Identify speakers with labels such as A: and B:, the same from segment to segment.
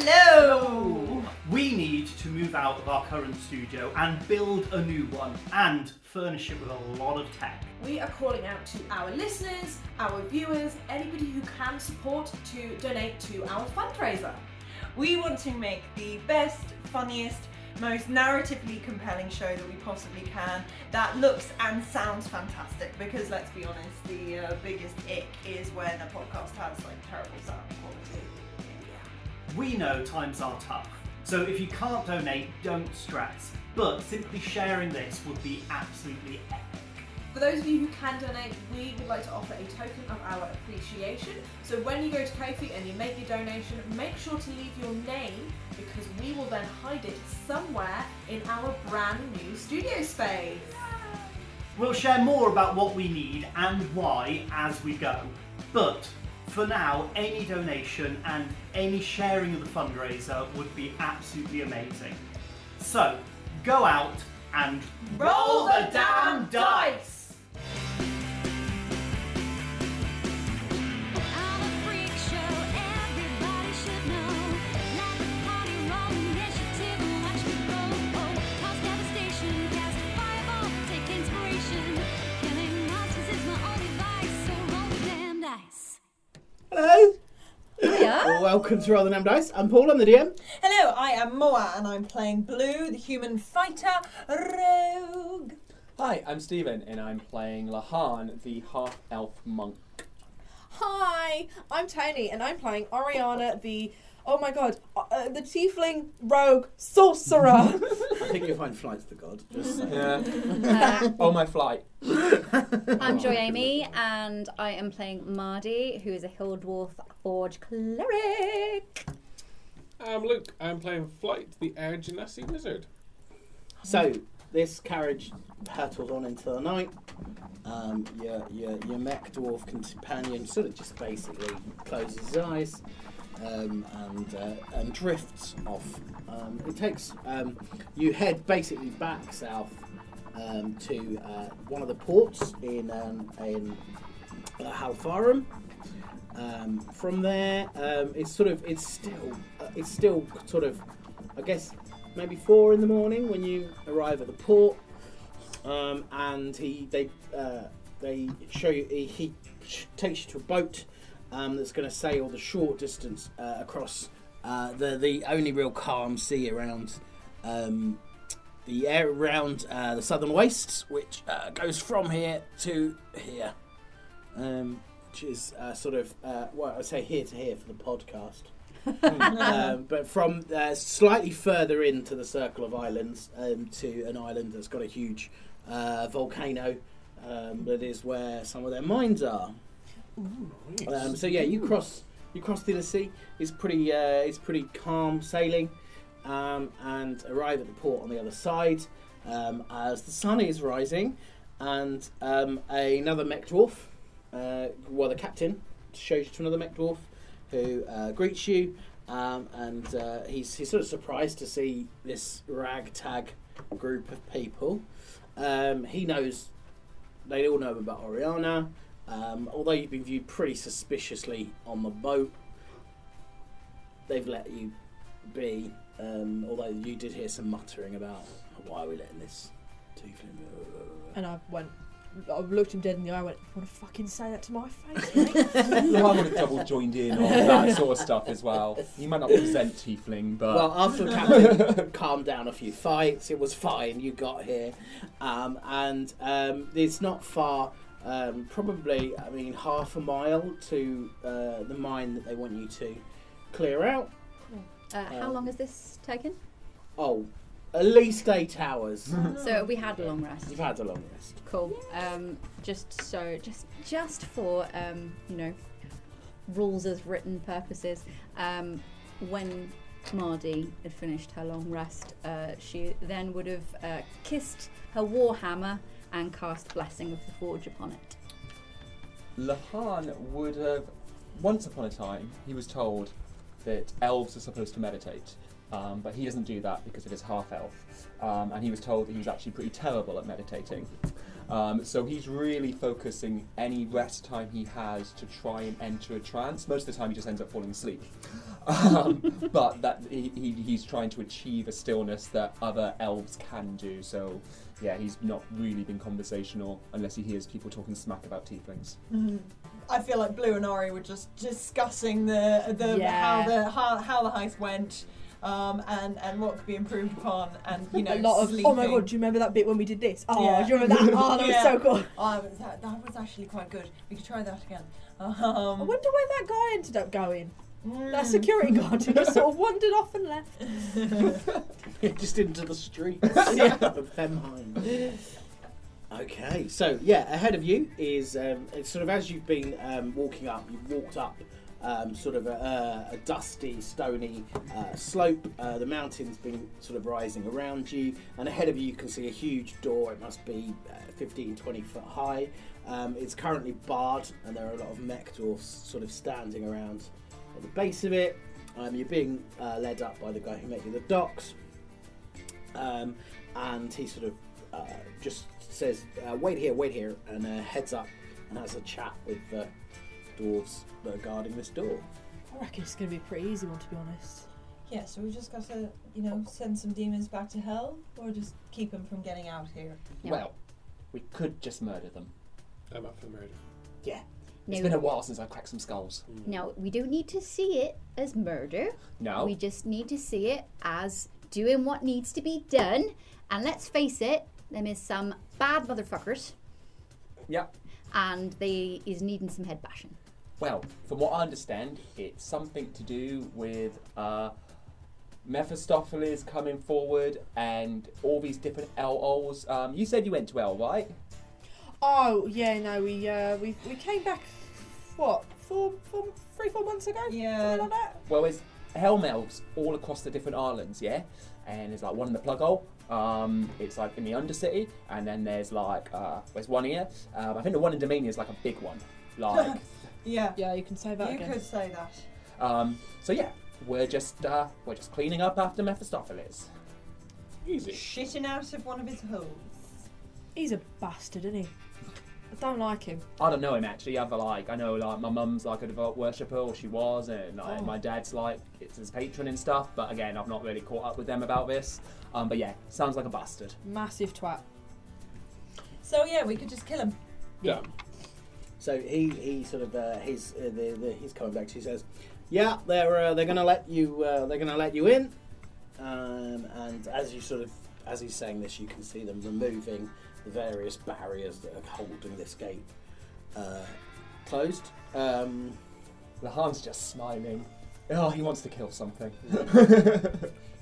A: Hello.
B: We need to move out of our current studio and build a new one and furnish it with a lot of tech.
A: We are calling out to our listeners, our viewers, anybody who can support to donate to our fundraiser.
C: We want to make the best, funniest, most narratively compelling show that we possibly can that looks and sounds fantastic because let's be honest, the uh, biggest ick is when a podcast has like terrible sound quality.
B: We know times are tough, so if you can't donate, don't stress. But simply sharing this would be absolutely epic.
A: For those of you who can donate, we would like to offer a token of our appreciation. So when you go to Kofi and you make your donation, make sure to leave your name because we will then hide it somewhere in our brand new studio space.
B: We'll share more about what we need and why as we go. But for now, any donation and any sharing of the fundraiser would be absolutely amazing. So go out and
A: Roll the damn dice!
D: I'm a freak show, everybody should know. Like a party, roll initiative and watch me go. Oh, cause devastation, cast a fireball, take inspiration. Killing monsters is my only vice, so roll the damn dice.
E: Hello.
F: Yeah.
E: Welcome to Roll the Name Dice. I'm Paul, I'm the DM.
C: Hello, I am Moa and I'm playing Blue, the human fighter rogue.
G: Hi, I'm Steven, and I'm playing Lahan, the half elf monk.
F: Hi, I'm Tony, and I'm playing Oriana, the oh my god, uh, uh, the tiefling rogue sorcerer.
E: I think you'll find flights to God. Just saying.
G: Yeah.
H: Uh,
G: On Oh, my flight.
H: I'm Joy Amy, and I am playing Mardi, who is a hill dwarf forge cleric.
I: I'm Luke. I'm playing Flight, the Air Genasi Wizard.
E: So, this carriage hurtled on until night. Um, your, your, your mech dwarf companion sort of just basically closes his eyes um, and, uh, and drifts off. Um, it takes, um, you head basically back south um, to uh, one of the ports in, um, in uh, Halfarum. Um, from there, um, it's sort of it's still uh, it's still sort of I guess maybe four in the morning when you arrive at the port, um, and he they uh, they show you he, he sh- takes you to a boat um, that's going to sail the short distance uh, across uh, the the only real calm sea around um, the air around uh, the southern wastes, which uh, goes from here to here, um, which is uh, sort of uh, well, I say here to here for the podcast. um, but from uh, slightly further into the circle of islands um, to an island that's got a huge uh, volcano um, that is where some of their mines are. Um, so yeah, you cross you cross the sea. It's pretty uh, it's pretty calm sailing, um, and arrive at the port on the other side um, as the sun is rising, and um, another mech dwarf, uh, well the captain, shows you to another mech dwarf who uh, greets you, um, and uh, he's he's sort of surprised to see this ragtag group of people. Um, he knows they all know about Oriana. Um, although you've been viewed pretty suspiciously on the boat, they've let you be. Um, although you did hear some muttering about why are we letting this tiefling.
F: and I went, I looked him dead in the eye. and Went, you want to fucking say that to my face? Mate?
G: I would have double joined in on that sort of stuff as well. You might not present Tiefling, but.
E: Well, after the captain calmed down a few fights, it was fine. You got here, um, and um, it's not far. Um, probably, I mean, half a mile to uh, the mine that they want you to clear out. Um,
H: Uh, how long is this taken?
E: Oh, at least eight hours.
H: So we had a long rest.
E: You've had a long rest.
H: Cool. Um, just so, just just for um, you know, rules as written purposes. Um, when Mardi had finished her long rest, uh, she then would have uh, kissed her war hammer and cast blessing of the forge upon it.
G: Lahan would have. Once upon a time, he was told that elves are supposed to meditate, um, but he doesn't do that because of his half elf. Um, and he was told that he was actually pretty terrible at meditating. Um, so he's really focusing any rest time he has to try and enter a trance. Most of the time, he just ends up falling asleep. Um, but that he, he, he's trying to achieve a stillness that other elves can do. So yeah, he's not really been conversational unless he hears people talking smack about tieflings.
J: I feel like Blue and Ori were just discussing the
F: Oh,
J: the
H: Yeah.
J: how the how, how the heist went, um, and and what could be improved upon, and you know,
F: a lot of.
J: sleeping.
F: Oh my god! Do you remember that bit when we did this? Oh,
J: Yeah.
F: do you remember that? Oh, that
J: Yeah.
F: was so cool.
J: Oh, that was- that, that was actually quite good. We could try that again.
F: I
J: Um,
F: wonder where that guy ended up going.
J: mm.
F: That security guard who just sort of wandered off and left.
E: just into the streets of Femheim. Okay, so yeah, ahead of you is um, it's sort of as you've been um, walking up, you've walked up um, sort of a, a dusty, stony uh, slope. Uh, the mountain's been sort of rising around you, and ahead of you, you can see a huge door. It must be uh, 15, 20 foot high. Um, it's currently barred, and there are a lot of mech dwarfs sort of standing around at the base of it. Um, you're being uh, led up by the guy who made you the docks um, and he sort of uh, just says, uh, "Wait here, wait here," and uh, heads up and has a chat with the dwarves that are guarding this door.
F: I reckon it's going to be a pretty easy one, to be honest.
J: Yeah, so we just got to, you know, send some demons back to hell, or just keep them from getting out here.
H: Yeah.
G: Well, we could just murder them.
I: I'm up for murder.
G: It's
H: No.
G: been a while since I cracked some skulls.
H: Now, we don't need to see it as murder.
G: No,
H: We just need to see it as doing what needs to be done. And let's face it, them is some bad motherfuckers
G: yeah.
H: and they is needing some head bashing.
G: Well, from what I understand, it's something to do with uh, Mephistopheles coming forward and all these different LOLs. Um, you said you went to L, right?
F: Oh yeah, no, we uh, we we came back what four, four, three, four months ago.
J: Yeah.
F: Something like that.
G: Well, it's helm elves all across the different islands, yeah? And there's like one in the plug hole, um, it's like in the undercity, and then there's like, uh, there's one here. Um, I think the one in Dominion is like a big one. Like,
J: Yeah.
F: Yeah, you can say that
J: you
F: again.
J: could say that.
G: um, so yeah, we're just, uh, we're just cleaning up after Mephistopheles.
I: Easy.
J: Shitting out of one of his holes.
F: He's a bastard, isn't he? I don't like him.
G: I don't know him actually. I've like I know like my mum's like a devout worshipper, or she was, and like
F: Oh.
G: my dad's like it's his patron and stuff. But again, I've not really caught up with them about this. Um, but yeah, sounds like a bastard.
F: Massive twat.
J: So yeah, we could just kill him.
I: Yeah.
E: So he, he sort of uh, he's uh, the, the, he's coming back. to you, He says, "Yeah, they're uh, they're gonna let you uh, they're gonna let you in." Um, and as you sort of as he's saying this, you can see them removing the various barriers that are holding this gate uh, closed. Um,
G: Lahan's just smiling. Oh, he wants to kill something.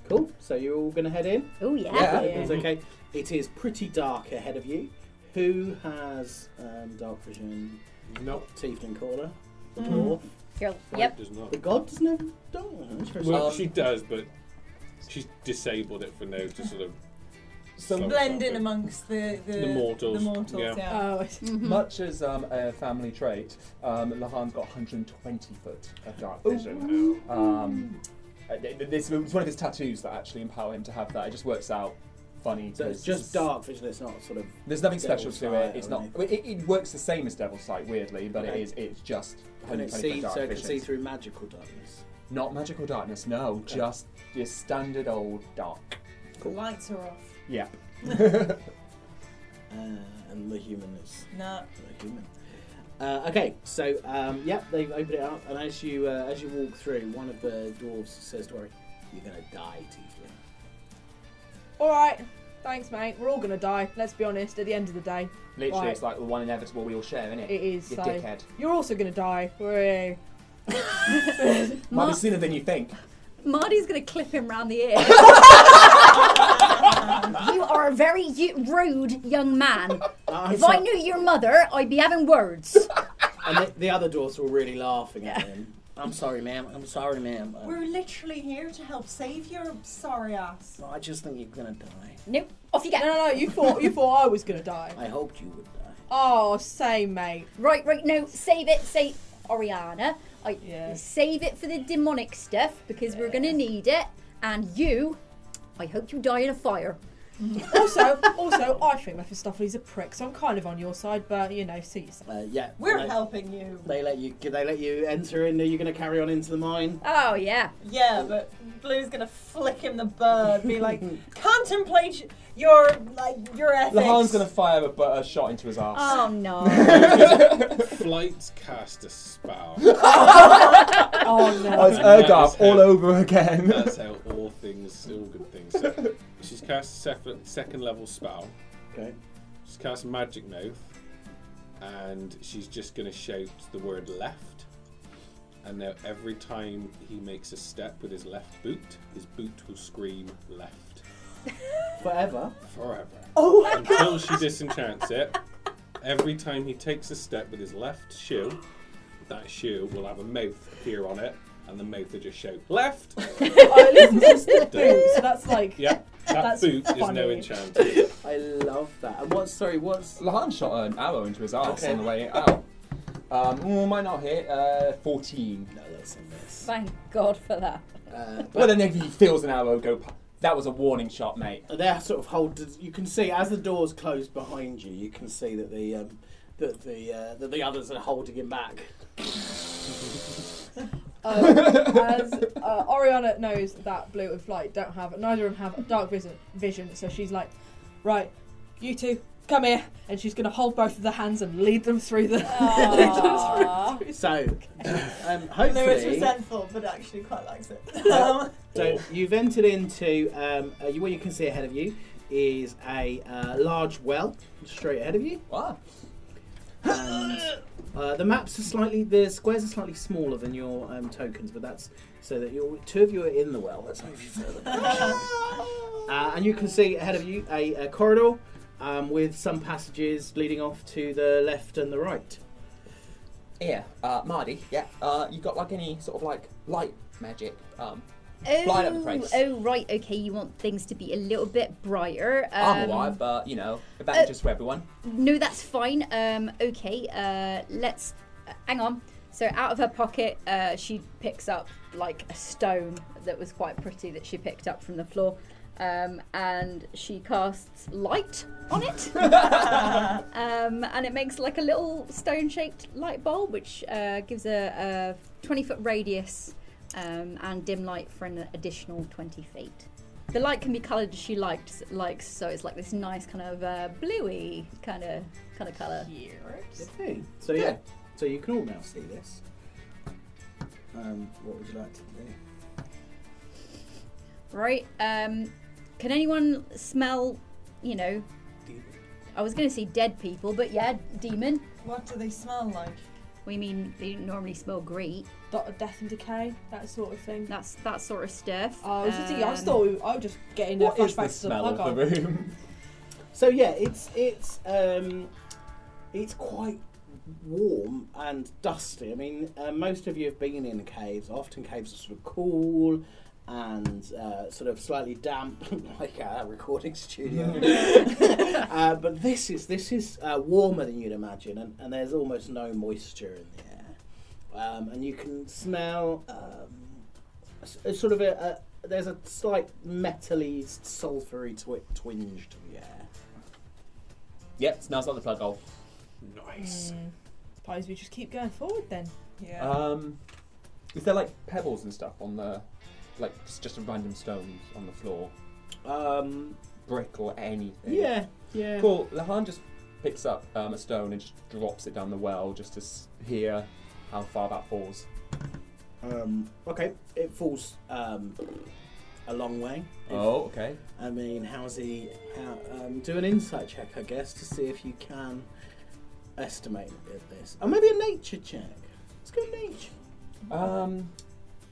E: Cool. So you're all going to head in?
H: Oh, yeah.
E: It's okay. It is pretty dark ahead of you. Who has um, dark vision?
I: No.
E: Tiefling caller. The
H: Mm.
E: dwarf.
H: Girl,
I: Flight
H: yep.
I: does not.
E: The god doesn't have dark vision.
I: Well,
G: Um,
I: she does, but she's disabled it for now to sort of.
G: So
I: soak
J: Blend
I: up
J: in
I: it.
J: amongst the the,
I: The mortals,
J: The mortals,
I: yeah.
J: yeah.
F: Oh,
E: Mm-hmm.
G: Much as um, a family trait, um, Lahan's got 120 foot of dark vision.
I: Wow.
G: Um, uh, th- th- this it's one of his tattoos that actually empower him to have that. It just works out funny.
E: So it's
G: 'cause
E: just dark vision. It's not sort of.
G: There's nothing special
E: Devil's
G: to
E: Sight
G: it. It's
E: or
G: not.
E: anything.
G: well, It, it works the same as Devil's Sight, weirdly, but
E: Okay.
G: it is. It's just
E: Can it
G: 120
E: see?
G: dark
E: So it can
G: vision.
E: see through magical darkness.
G: Not magical darkness. No, just your standard old dark.
J: The lights are off.
G: Yeah.
E: Uh, and the human is
J: Nah.
E: the human. Uh, okay, so um, yep, they've opened it up, and as you uh, as you walk through, one of the dwarves says to her, "You're gonna die, Tiefling."
F: all right. Thanks, mate. We're all gonna die. Let's be honest. At the end of the day,
G: Literally,
F: Right.
G: it's like the one inevitable we all share, isn't it?
F: it is.
G: You
F: so
G: dickhead.
F: you're also gonna die. Hooray.
G: Might
H: Ma-
G: be sooner than you think.
H: Marty's going to clip him round the ear. you are a very y- rude young man.
E: Uh,
H: If I knew your mother, I'd be having words.
E: And the, the other dwarfs were really laughing at him. I'm sorry, ma'am. I'm sorry, ma'am. Uh,
J: We're literally here to help save your sorry ass.
E: I just think you're gonna die.
H: Nope. Off you
F: No, no,
H: go.
F: no. You thought you thought I was gonna die.
E: I hoped you would die.
F: Oh, same, mate.
H: Right, right. No, save it. Save Oriana. I
F: Yeah.
H: save it for the demonic stuff because we're going to need it. And you, I hope you die in a fire.
F: also, also, I think Mephistopheles a prick, so I'm kind of on your side, but you know, see yourself.
E: Uh, yeah.
J: We're
E: they,
J: helping you.
E: they let you. They let you enter in. Are you going to carry on into the mine?
H: Oh yeah.
J: Yeah, but Blue's gonna flick him the bird, be like, contemplate your like your ethics.
G: Lahan's gonna fire a, bu- a shot into his ass.
H: Oh no.
I: Flights cast a spell.
F: Oh no.
G: Oh, it's Ergav all over again.
I: That's how all things, all good things. So she's cast a second, second level spell.
E: Okay.
I: She's cast Magic Mouth, and she's just going to shout the word left. And now every time he makes a step with his left boot, his boot will scream left
E: Forever.
I: forever.
F: Oh
I: Until she disenchants it. Every time he takes a step with his left shoe, that shoe will have a mouth appear on it, and the mouth will just shout left.
F: Oh, at least it's just the boot, so that's like.
I: Yep, that
F: That's
I: boot is no
F: funny.
I: enchanted.
E: I love that. And what's sorry? What's
G: Lahan shot an arrow into his ass
E: Okay.
G: on the way out. Um, mm, might not hit. Uh, 14.
E: no? That's in this.
H: Thank God for that.
E: Uh, but
G: Well, then if he feels an arrow go. pa- That was a warning shot, mate.
E: they're sort of hold. You can see as the doors close behind you. You can see that the um, that the uh, that the others are holding him back.
F: Um, as uh, Oriana knows that Blue and Flight don't have, neither of them have dark vision, vision, so she's like, right, you two, come here, and she's gonna hold both of the hands and lead them through the. lead them
H: Aw.
F: through-
E: So, um,
J: Lewis
E: hopefully,
J: resentful, but actually quite likes it.
E: Uh,
J: Um,
E: so you've entered into um, uh, you, what you can see ahead of you is a uh, large well straight ahead of you.
G: Wow.
E: and uh, the maps are slightly the squares are slightly smaller than your um, tokens, but that's so that you two of you are in the well. Let's move you further. uh, and you can see ahead of you a, a corridor um, with some passages leading off to the left and the right.
G: Yeah, uh, Marty, yeah, uh, you got like any sort of like light magic? Um,
H: Oh,
G: Light up the price.
H: oh right, okay. You want things to be a little bit brighter.
G: I'm
H: Um,
G: alive, but you know, if that's
H: uh,
G: just for everyone.
H: No, that's fine. Um, okay, uh, let's uh, hang on. So out of her pocket, uh, she picks up like a stone that was quite pretty that she picked up from the floor, um, and she casts light on it, um, and it makes like a little stone-shaped light bulb, which uh, gives a, a 20-foot radius um, and dim light for an additional 20 feet. The light can be coloured as she likes, likes, so it's like this nice kind of uh, bluey kind of kind of colour.
E: Okay. So yeah.
G: Yeah.
E: so you can all now see this. Um, what would you like to do?
H: Right. Um, can anyone smell? You know, I was going to say dead people, but yeah, demon.
J: what do they smell like?
H: We mean they don't normally smell great.
F: Dot of death and decay, that sort of thing.
H: That's that sort of stuff.
F: Oh, I was just thinking, I just
H: Um,
F: thought we- I would just get in there
G: What is the
F: flashbacks to the
G: smell
F: plug
G: of the room?
E: So yeah, it's it's um, it's quite warm and dusty. I mean, uh, most of you have been in caves. Often caves are sort of cool and uh, sort of slightly damp, like our recording studio. uh, but this is this is uh, warmer than you'd imagine, and, and there's almost no moisture in the air, um, and you can smell um, a s- a sort of a, a there's a slight metally, sulphury twi- twinge to the air.
G: Yep, smells like the plug hole.
I: Nice.
F: Suppose we just keep going forward then.
J: Yeah.
G: Um, is there like pebbles and stuff on the, like s- just random stones on the floor,
E: Um,
G: brick or anything?
E: yeah, yeah.
G: Cool. Lahan just picks up um, a stone and just drops it down the well just to s- hear how far that falls.
E: Um, okay, it falls um, a long way.
G: Oh, okay.
E: I mean, how's he? How, um, do an insight check, I guess, to see if you can estimate it- this, or maybe a nature check. Let's go nature.
G: Um,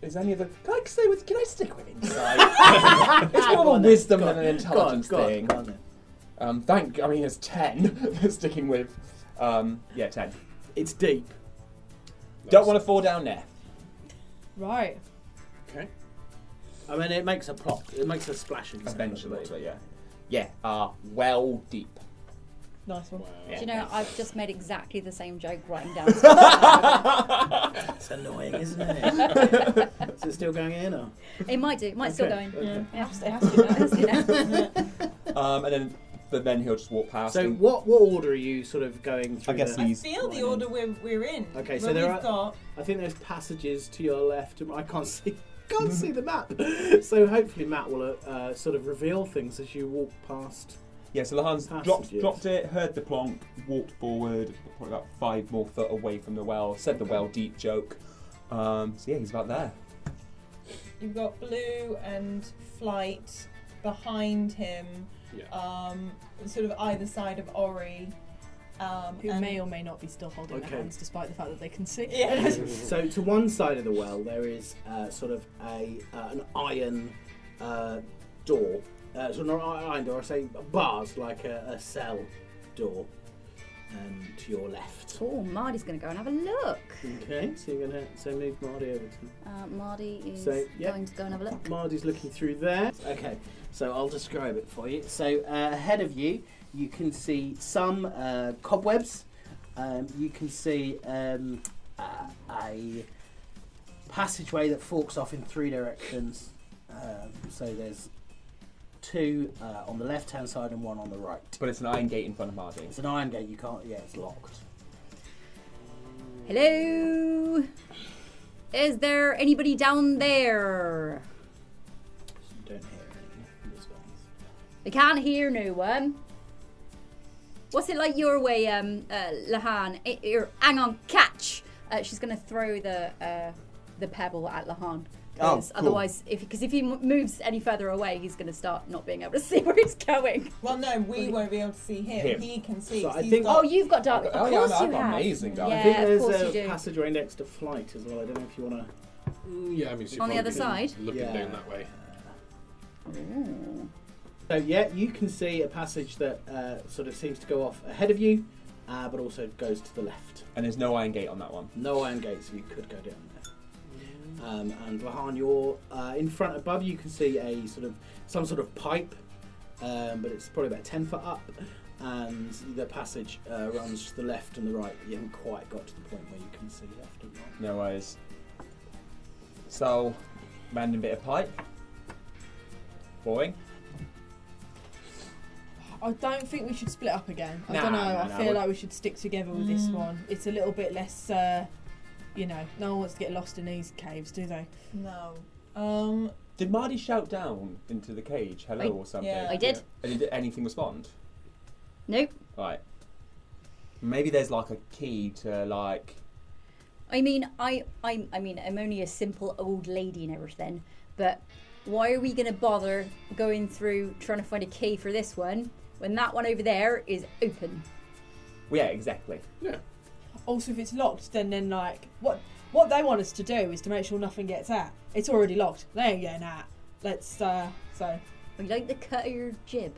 G: is any of the? Can I stay with? Can I stick with inside? it's more of a wisdom
E: Go on,
G: than an
E: go on,
G: intelligence
E: go on,
G: thing.
E: go on then.
G: Um, thank. I mean, it's ten. sticking with. Um, yeah, ten.
E: It's deep.
G: Don't want to fall down there.
F: Right.
I: Okay.
E: I mean, it makes a plop. It makes a splashing sound.
G: Eventually, but yeah, yeah. Uh, well deep.
F: Nice one.
I: Wow.
H: do
G: Yeah.
H: you know, I've just made exactly the same joke writing down. stuff.
E: It's annoying, isn't it? Is it still going in or?
H: it might do. It might still go in.
G: Okay.
H: Yeah.
F: It has to be nice.
H: You know?
G: Um, and then, but then he'll just walk past.
E: So
G: and
E: what what order are you sort of going through?
G: guess
E: there?
J: I
G: he's
J: feel the
G: lining.
J: order we're, we're in.
E: Okay, so
J: where
E: there
J: we've
E: are-
J: got
E: I think there's passages to your left. and I can't see can't see the map. So hopefully Matt will uh, sort of reveal things as you walk past.
G: Yeah, so Lahan's dropped,
E: Passages.
G: dropped it, heard the plonk, walked forward, probably about five more foot away from the well, said the well deep joke. Um, so yeah, he's about there.
J: you've got blue and flight behind him,
I: Yeah.
H: Uh,
J: um, sort of either side of Ori. Um,
F: Who
J: and
F: may or may not be still holding
E: Okay.
F: their hands despite the fact that they can see.
J: Yeah.
E: So to one side of the well there is uh, sort of a uh, an iron uh, door. Uh, so not an iron door. I say bars like a, a cell door. Um, to your left.
H: Oh, Marty's going to go and have a look.
E: Okay, so you're gonna so move Marty over to
H: Uh, Marty is
E: So, yeah.
H: going to go and have a look.
E: Marty's looking through there. Okay, so I'll describe it for you. So uh, ahead of you, you can see some uh, cobwebs. Um, you can see um, uh, a passageway that forks off in three directions. Um, so there's two uh, on the left-hand side and one on the right.
G: But it's an iron gate in front of Marty.
E: It's an iron gate. You can't. Yeah, it's locked.
H: Hello? Is there anybody down there?
E: So you don't hear anything. in response.
H: We can't hear no one. What's it like your way, um, uh, Lahan? Eh, er, hang on, catch. Uh, she's gonna throw the uh, the pebble at Lahan.
G: Oh,
H: 'Cause
G: cool.
H: Otherwise, if because if he m- moves any further away, he's gonna start not being able to see where he's going.
G: Oh,
J: Well, no, we won't be able to see him.
G: Him.
J: He can see.
E: So
J: 'cause
E: I
J: he's
E: think-
H: Oh,
J: got-
H: you've got dark.
G: Oh,
H: of
G: yeah,
H: course
G: I've
H: you
G: got
H: have.
G: amazing dark. I
E: I
H: Yeah,
E: think
H: of
E: there's
H: course
E: a
H: you do.
E: passageway next to flight as well. I don't know if you want to.
I: Mm, yeah, I mean, she's
H: On the
I: probably
H: other side?
I: Looking
E: Yeah.
I: down that way.
H: Ooh.
E: So yeah, you can see a passage that uh, sort of seems to go off ahead of you, uh, but also goes to the left.
G: And there's no iron gate on that one.
E: No iron gates, so you could go down there. Um, and Lahan, you're uh, in front above. You can see a sort of some sort of pipe, um, but it's probably about ten foot up, and the passage uh, runs to the left and the right. You haven't quite got to the point where you can see left and right.
G: No worries. So, random bit of pipe. Boring.
F: I don't think we should split up again. I
G: Nah,
F: don't know.
G: nah,
F: I
G: nah,
F: feel
G: we-
F: like we should stick together with this
H: Mm.
F: one. It's a little bit less, uh, you know, no one wants to get lost in these caves, do they?
J: no. Um,
G: Did Marty shout down into the cage, hello
H: I-
G: or something?
J: yeah.
H: I did.
G: And did anything respond?
H: Nope.
G: Right. Maybe there's like a key to like.
H: I mean, I, I, I mean, I'm only a simple old lady and everything, but why are we gonna bother going through trying to find a key for this one when that one over there is open?
G: Well, yeah, exactly.
F: Also, if it's locked, then then like what what they want us to do is to make sure nothing gets out. It's already locked. They ain't getting out. Let's uh, so
H: Would you like the cut of your jib?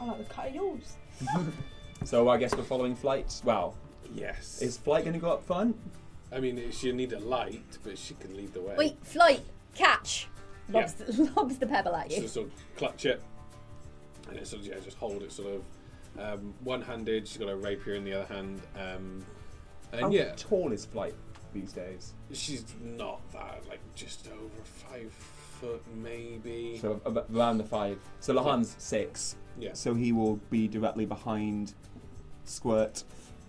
F: I like the cut of yours.
G: So I guess we're following flights. Well,
I: Yes.
G: is flight going to go up front?
I: I mean, she'll need a light, but she can lead the way.
H: Wait, flight, catch, lobs, lobs the pebble at
I: So
H: you.
I: sort of clutch it, and it sort of, yeah, just hold it sort of um, one-handed. She's got a rapier in the other hand, um, and
H: Oh.
G: How
I: yeah,
G: tall is flight these days?
I: she's not that like just over five foot maybe.
G: So ab- around the five. So Lahan's six.
I: Yeah.
G: So he will be directly behind Squirt,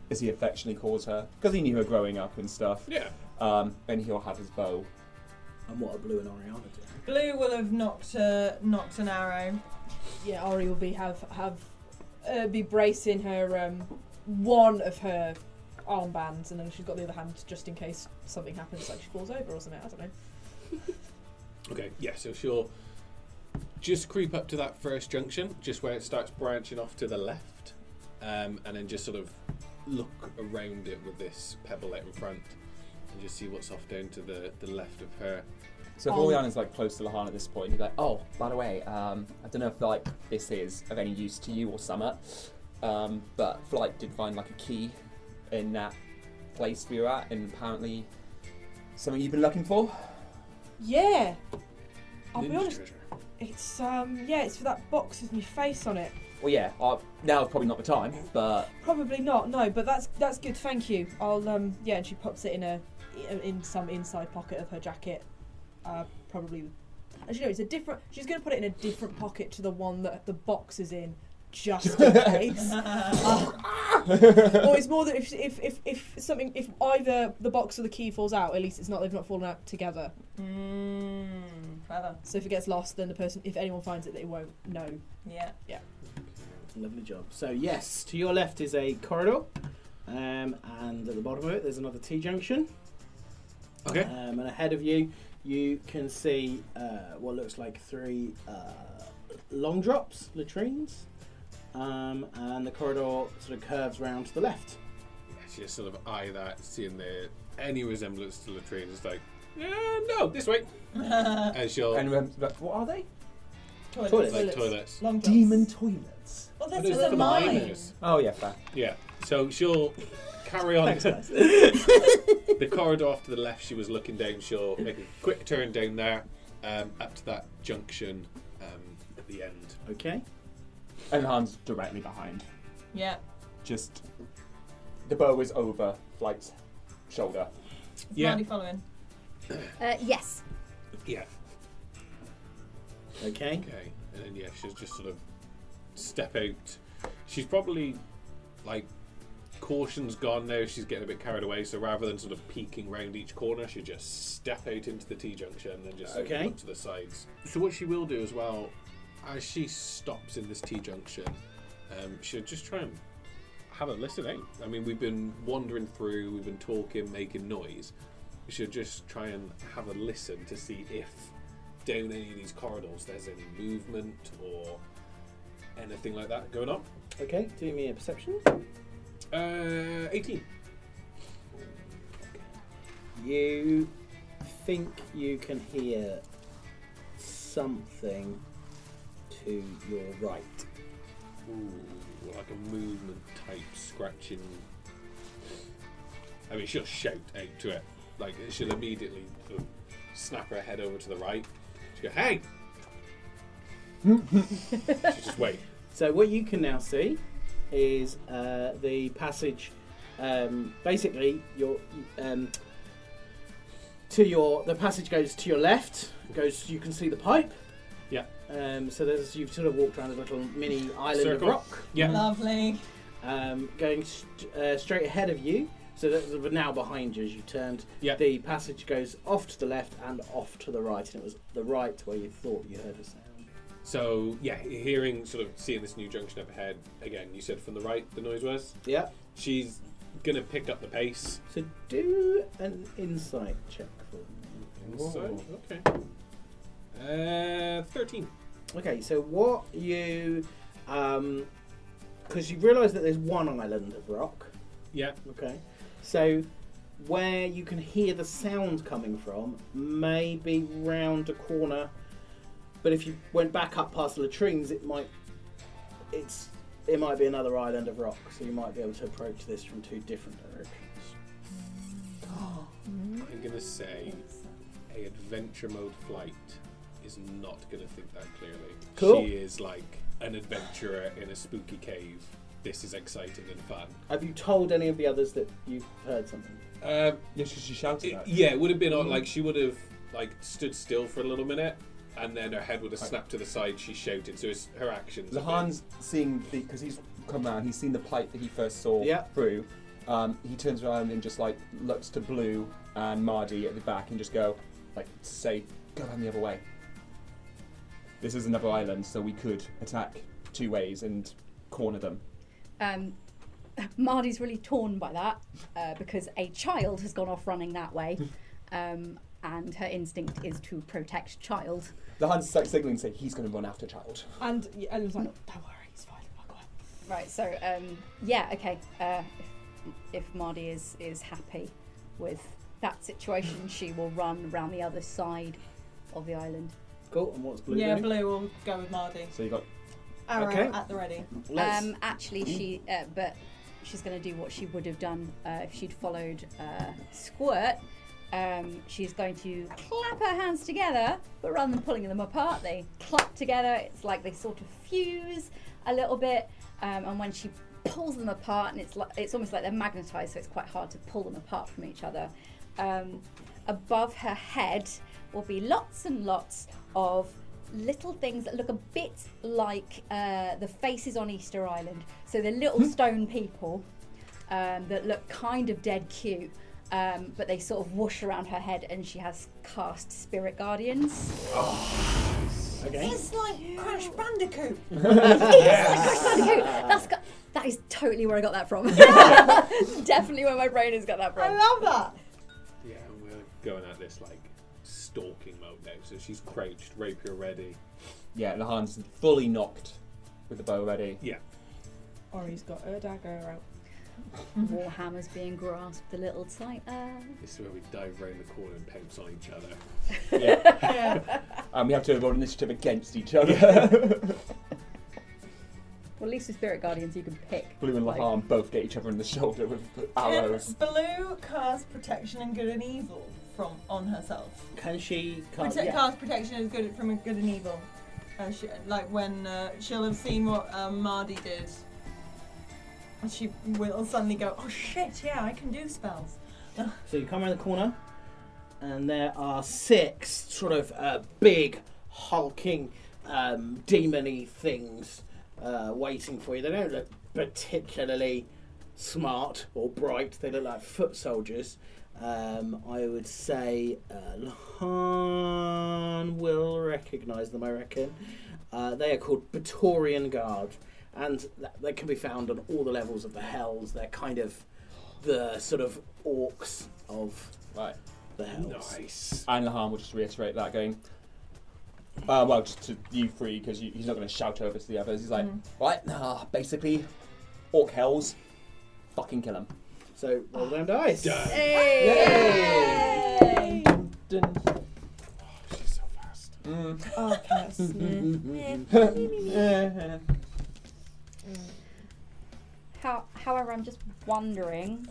G: as he affectionately calls her, because he knew her growing up and stuff.
I: Yeah.
G: Um, and he'll have his bow.
E: And what a blue and Oriana do.
J: Blue will have knocked uh, knocked an arrow.
F: Yeah, Ari will be have have uh, be bracing her um, one of her armbands, and then she's got the other hand just in case something happens, like she falls over or something. I don't know.
I: Okay. Yeah. So she'll just creep up to that first junction, just where it starts branching off to the left, um, and then just sort of look around it with this pebble out in front, and just see what's off down to the the left of her.
G: So if
F: Um,
G: Oriana's like close to Lahan at this point, he's like, "Oh, by the way, um, I don't know if like this is of any use to you or Summer, um, but Flight did find like a key in that place we were at, and apparently something you've been looking for."
F: Yeah, I'll be
I: Ninja
F: honest.
I: treasure.
F: It's um yeah, it's for that box with my face on it.
G: Well, yeah, uh, now's probably not the time, but
F: Probably not. No, but that's that's good. Thank you. I'll um yeah, and she pops it in a in some inside pocket of her jacket, uh, probably Actually, no, it's a different. She's going to put it in a different pocket to the one that the box is in, just in case. or it's more that if, if, if, if something, if either the box or the key falls out, at least it's not they've not fallen out together.
J: Mmm, clever.
F: So if it gets lost, then the person, if anyone finds it, they won't know.
J: Yeah.
E: Lovely job. So yes, to your left is a corridor, um, and at the bottom of it there's another T junction.
I: Okay.
J: Uh.
E: Um, and ahead of you, you can see uh, what looks like three uh, long drops, latrines, um, and the corridor sort of curves round to the left.
I: She just sort of eye that, seeing the any resemblance to latrine. It's like, yeah, no, this way. and she'll
G: And um, like, what are they?
J: Toilets.
E: Toilets.
I: like toilets.
J: Long jobs.
G: Demon toilets.
J: Well,
I: What
J: this is
I: the
J: a mine.
I: miners?
G: Oh yeah, fair.
I: Yeah. So she'll carry on the corridor off to the left. She was looking down. She'll make a quick turn down there, um, up to that junction um, at the end.
E: Okay.
G: And Han's directly behind.
J: Yeah.
G: Just the bow is over Flight's shoulder.
J: Is
I: Yeah.
J: Marty following?
H: Uh, yes.
I: Yeah.
E: Okay.
I: Okay. And then yeah, she'll just sort of step out. She's probably like caution's gone now. She's getting a bit carried away. So rather than sort of peeking round each corner, she just step out into the T junction and just sort of
E: Okay.
I: look to the sides. So what she will do as well, as she stops in this T junction, um, she'll just try and have a listen out. I mean, we've been wandering through, we've been talking, making noise. We should just try and have a listen to see if down any of these corridors there's any movement or anything like that going on.
E: Okay. Do me a perception.
I: Uh, 18.
E: You think you can hear something to your right.
I: Ooh, like a movement type scratching. I mean, she'll shout out to it. Like, she'll immediately sort of snap her head over to the right. She'll go, hey! she'll just wait.
E: So what you can now see is uh, the passage. Um, basically, your um, to your the passage goes to your left. Goes you can see the pipe.
I: Yeah.
E: Um, so there's you've sort of walked around a little mini island
I: Circle.
E: of rock.
I: Yeah.
J: Lovely.
E: Um, going st- uh, straight ahead of you. So that's sort of now behind you as you turned.
I: Yeah.
E: The passage goes off to the left and off to the right, and it was the right where you thought you heard a sound.
I: So, yeah, hearing, sort of seeing this new junction up ahead, again, you said from the right the noise was?
E: Yeah.
I: She's gonna pick up the pace.
E: So do an insight check for me.
I: So, okay. Uh, 13.
E: Okay, so what you, um, because you realise that there's one island of rock.
I: Yeah.
E: Okay, so where you can hear the sound coming from, maybe round a corner. But if you went back up past the latrines, it might, it's, it might be another island of rock. So you might be able to approach this from two different directions.
I: I'm gonna say a adventure mode flight is not gonna think that clearly.
E: Cool.
I: She is like an adventurer in a spooky cave. This is exciting and fun.
E: Have you told any of the others that you've heard something?
I: Um,
G: Yeah, she, she shouted
I: it,
G: that.
I: yeah, it would have been odd. Like she would have like stood still for a little minute, and then her head would have snapped to the side. She shouted. So it's her actions.
G: So Han's seeing the because he's come around. He's seen the pipe that he first saw
E: Yeah.
G: through. Um, he turns around and just like looks to Blue and Mardy at the back and just go like say go down the other way. This is another island, so we could attack two ways and corner them.
H: Um, Marty's really torn by that uh, because a child has gone off running that way, um, and her instinct is to protect child.
G: The Han's like signaling say he's going to run after child.
F: And and it's like, don't worry, it's fine. I'll go out."
H: Right. So um, yeah. Okay. Uh, if, if Marty is is happy with that situation, she will run round the other side of the island.
E: Cool. And what's blue?
J: yeah,
E: doing?
J: blue will go with Mardy.
G: So you got
J: Arrow
E: Okay.
J: at the ready.
E: Let's-
H: Um, actually, she uh, but she's going to do what she would have done uh, if she'd followed uh, Squirt. Um, she's going to clap her hands together, but rather than pulling them apart, they clap together. It's like they sort of fuse a little bit, um, and when she pulls them apart, and it's like, it's almost like they're magnetized, so it's quite hard to pull them apart from each other. Um, above her head, will be lots and lots of little things that look a bit like uh, the faces on Easter Island. So they're little stone people um, that look kind of dead cute. Um, but they sort of whoosh around her head, and she has cast spirit guardians.
E: Okay.
J: It's like Crash Bandicoot.
H: Crash Bandicoot. That's got, that is totally where I got that from. Definitely where my brain has got that
J: I
H: from.
J: love that.
I: Yeah, and we're going at this like stalking mode now. So she's crouched, rapier ready.
G: Yeah, Lahan's fully knocked with the bow ready.
I: Yeah.
F: Ori's got her dagger out.
H: Warhammer's being grasped a little tighter.
I: This is where we dive round the corner and pounce on each other.
G: Yeah. and we have to roll initiative against each other.
H: Well, at least with spirit guardians, you can pick.
G: Blue and
H: like-
G: Lahan both get each other in the shoulder with
J: Can
G: arrows.
J: Blue cast protection and good and evil from on herself?
E: Can she cast?
J: Prote-
E: Oh, Yeah.
J: Cast protection is good from a good and evil. Uh, she, like when uh, she'll have seen what um, Mardy did, and she will suddenly go, "Oh shit! Yeah, I can do spells."
E: So you come around the corner, and there are six sort of uh, big, hulking, um, demony things uh, waiting for you. They don't look particularly smart or bright. They look like foot soldiers. Um, I would say uh, Lahan will recognise them. I reckon uh, they are called Praetorian Guard, and th- they can be found on all the levels of the Hells. They're kind of the sort of orcs of
G: Right.
E: the Hells.
I: Nice.
G: And Lahan will just reiterate that, going, uh, well, just to you three, because he's not going to shout over to the others. He's like, right, nah, basically, orc hells, fucking kill him.
E: So roll them dice.
I: Done.
G: Yay! Dun, dun.
I: Oh, She's so fast.
G: Mm.
F: Oh,
G: Mm-hmm.
H: How, however, I'm just wondering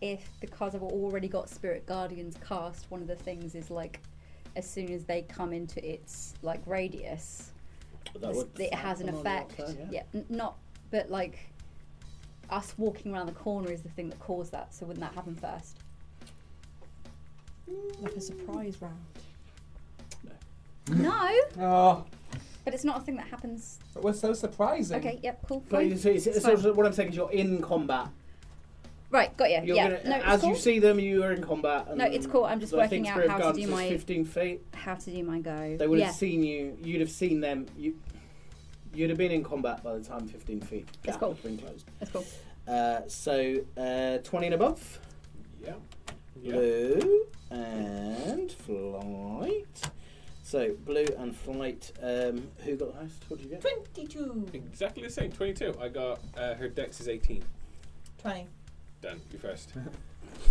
H: if because I've already got spirit guardians cast, one of the things is like as soon as they come into its like radius,
E: That would
H: it has an
E: come on the
H: effect.
E: outside, yeah.
H: yeah, n- not but like us walking around the corner is the thing that caused that. So wouldn't that happen first?
F: Like a surprise round.
H: no,
G: Oh,
H: but it's not a thing that happens.
G: it was so surprising.
H: Okay, yep, cool.
E: But
H: fine.
E: you see, it's, it's
H: Fine.
E: sort of- what I'm saying is you're in combat.
H: Right, got you.
E: You're
H: yeah,
E: gonna,
H: no, it's
E: as
H: cool.
E: you see them, you are in combat. And
H: No, it's cool. I'm just
E: I think
H: working out
E: Spirit
H: how to
E: Guards
H: do
E: is
H: my-
E: 15 feet.
H: How to do my go?
E: They would
H: yeah,
E: have seen you. You'd have seen them. You, you'd have been in combat by the time 15 feet gap
H: cool.
E: has been closed.
H: that's cool.
E: Uh, so uh, 20 and above.
I: Yeah. Yeah.
E: Blue and flight. So blue and flight. Um, who got the highest? What did you get?
J: Twenty-two.
I: Exactly the same. 22. I got uh, her dex is 18.
J: Twenty.
I: Done. You first.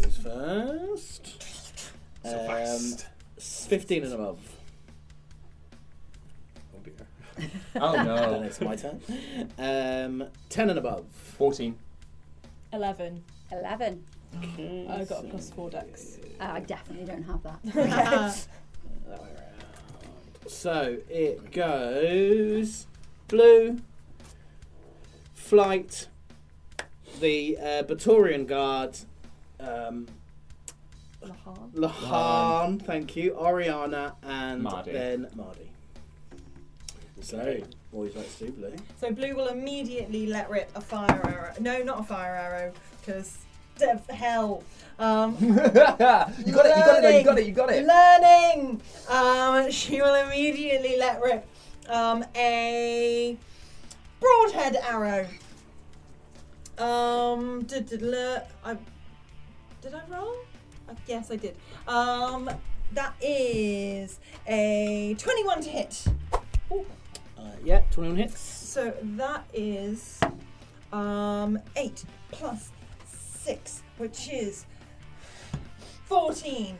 E: Who's first?
I: So
E: Um,
I: fast.
E: 15 and above.
I: Oh dear.
G: Oh
E: Then
G: no.
E: it's my turn. Um, 10 and above.
G: 14.
F: 11.
H: Eleven.
E: Okay,
F: I got a
E: so-
F: plus 4 dex.
H: Uh, I definitely don't have that.
E: That way around. So it goes blue, flight, the uh, Batorian guard, um,
F: Lahan.
E: Lahan, thank you, Oriana, and
G: Mardi.
E: then Mardi. So, always like to do blue.
J: So Blue will immediately let rip a fire arrow. No, not a fire arrow, because dev hell. Um,
G: you got it, you got it, you got it, you got it.
J: Learning. Um, she will immediately let rip um, a broadhead arrow. Um, did, did, I, did I roll? Uh, Yes, I did. Um, that is a 21 to hit.
E: Uh, yeah, 21 hits.
J: So that is um, 8 plus 6, which is 14.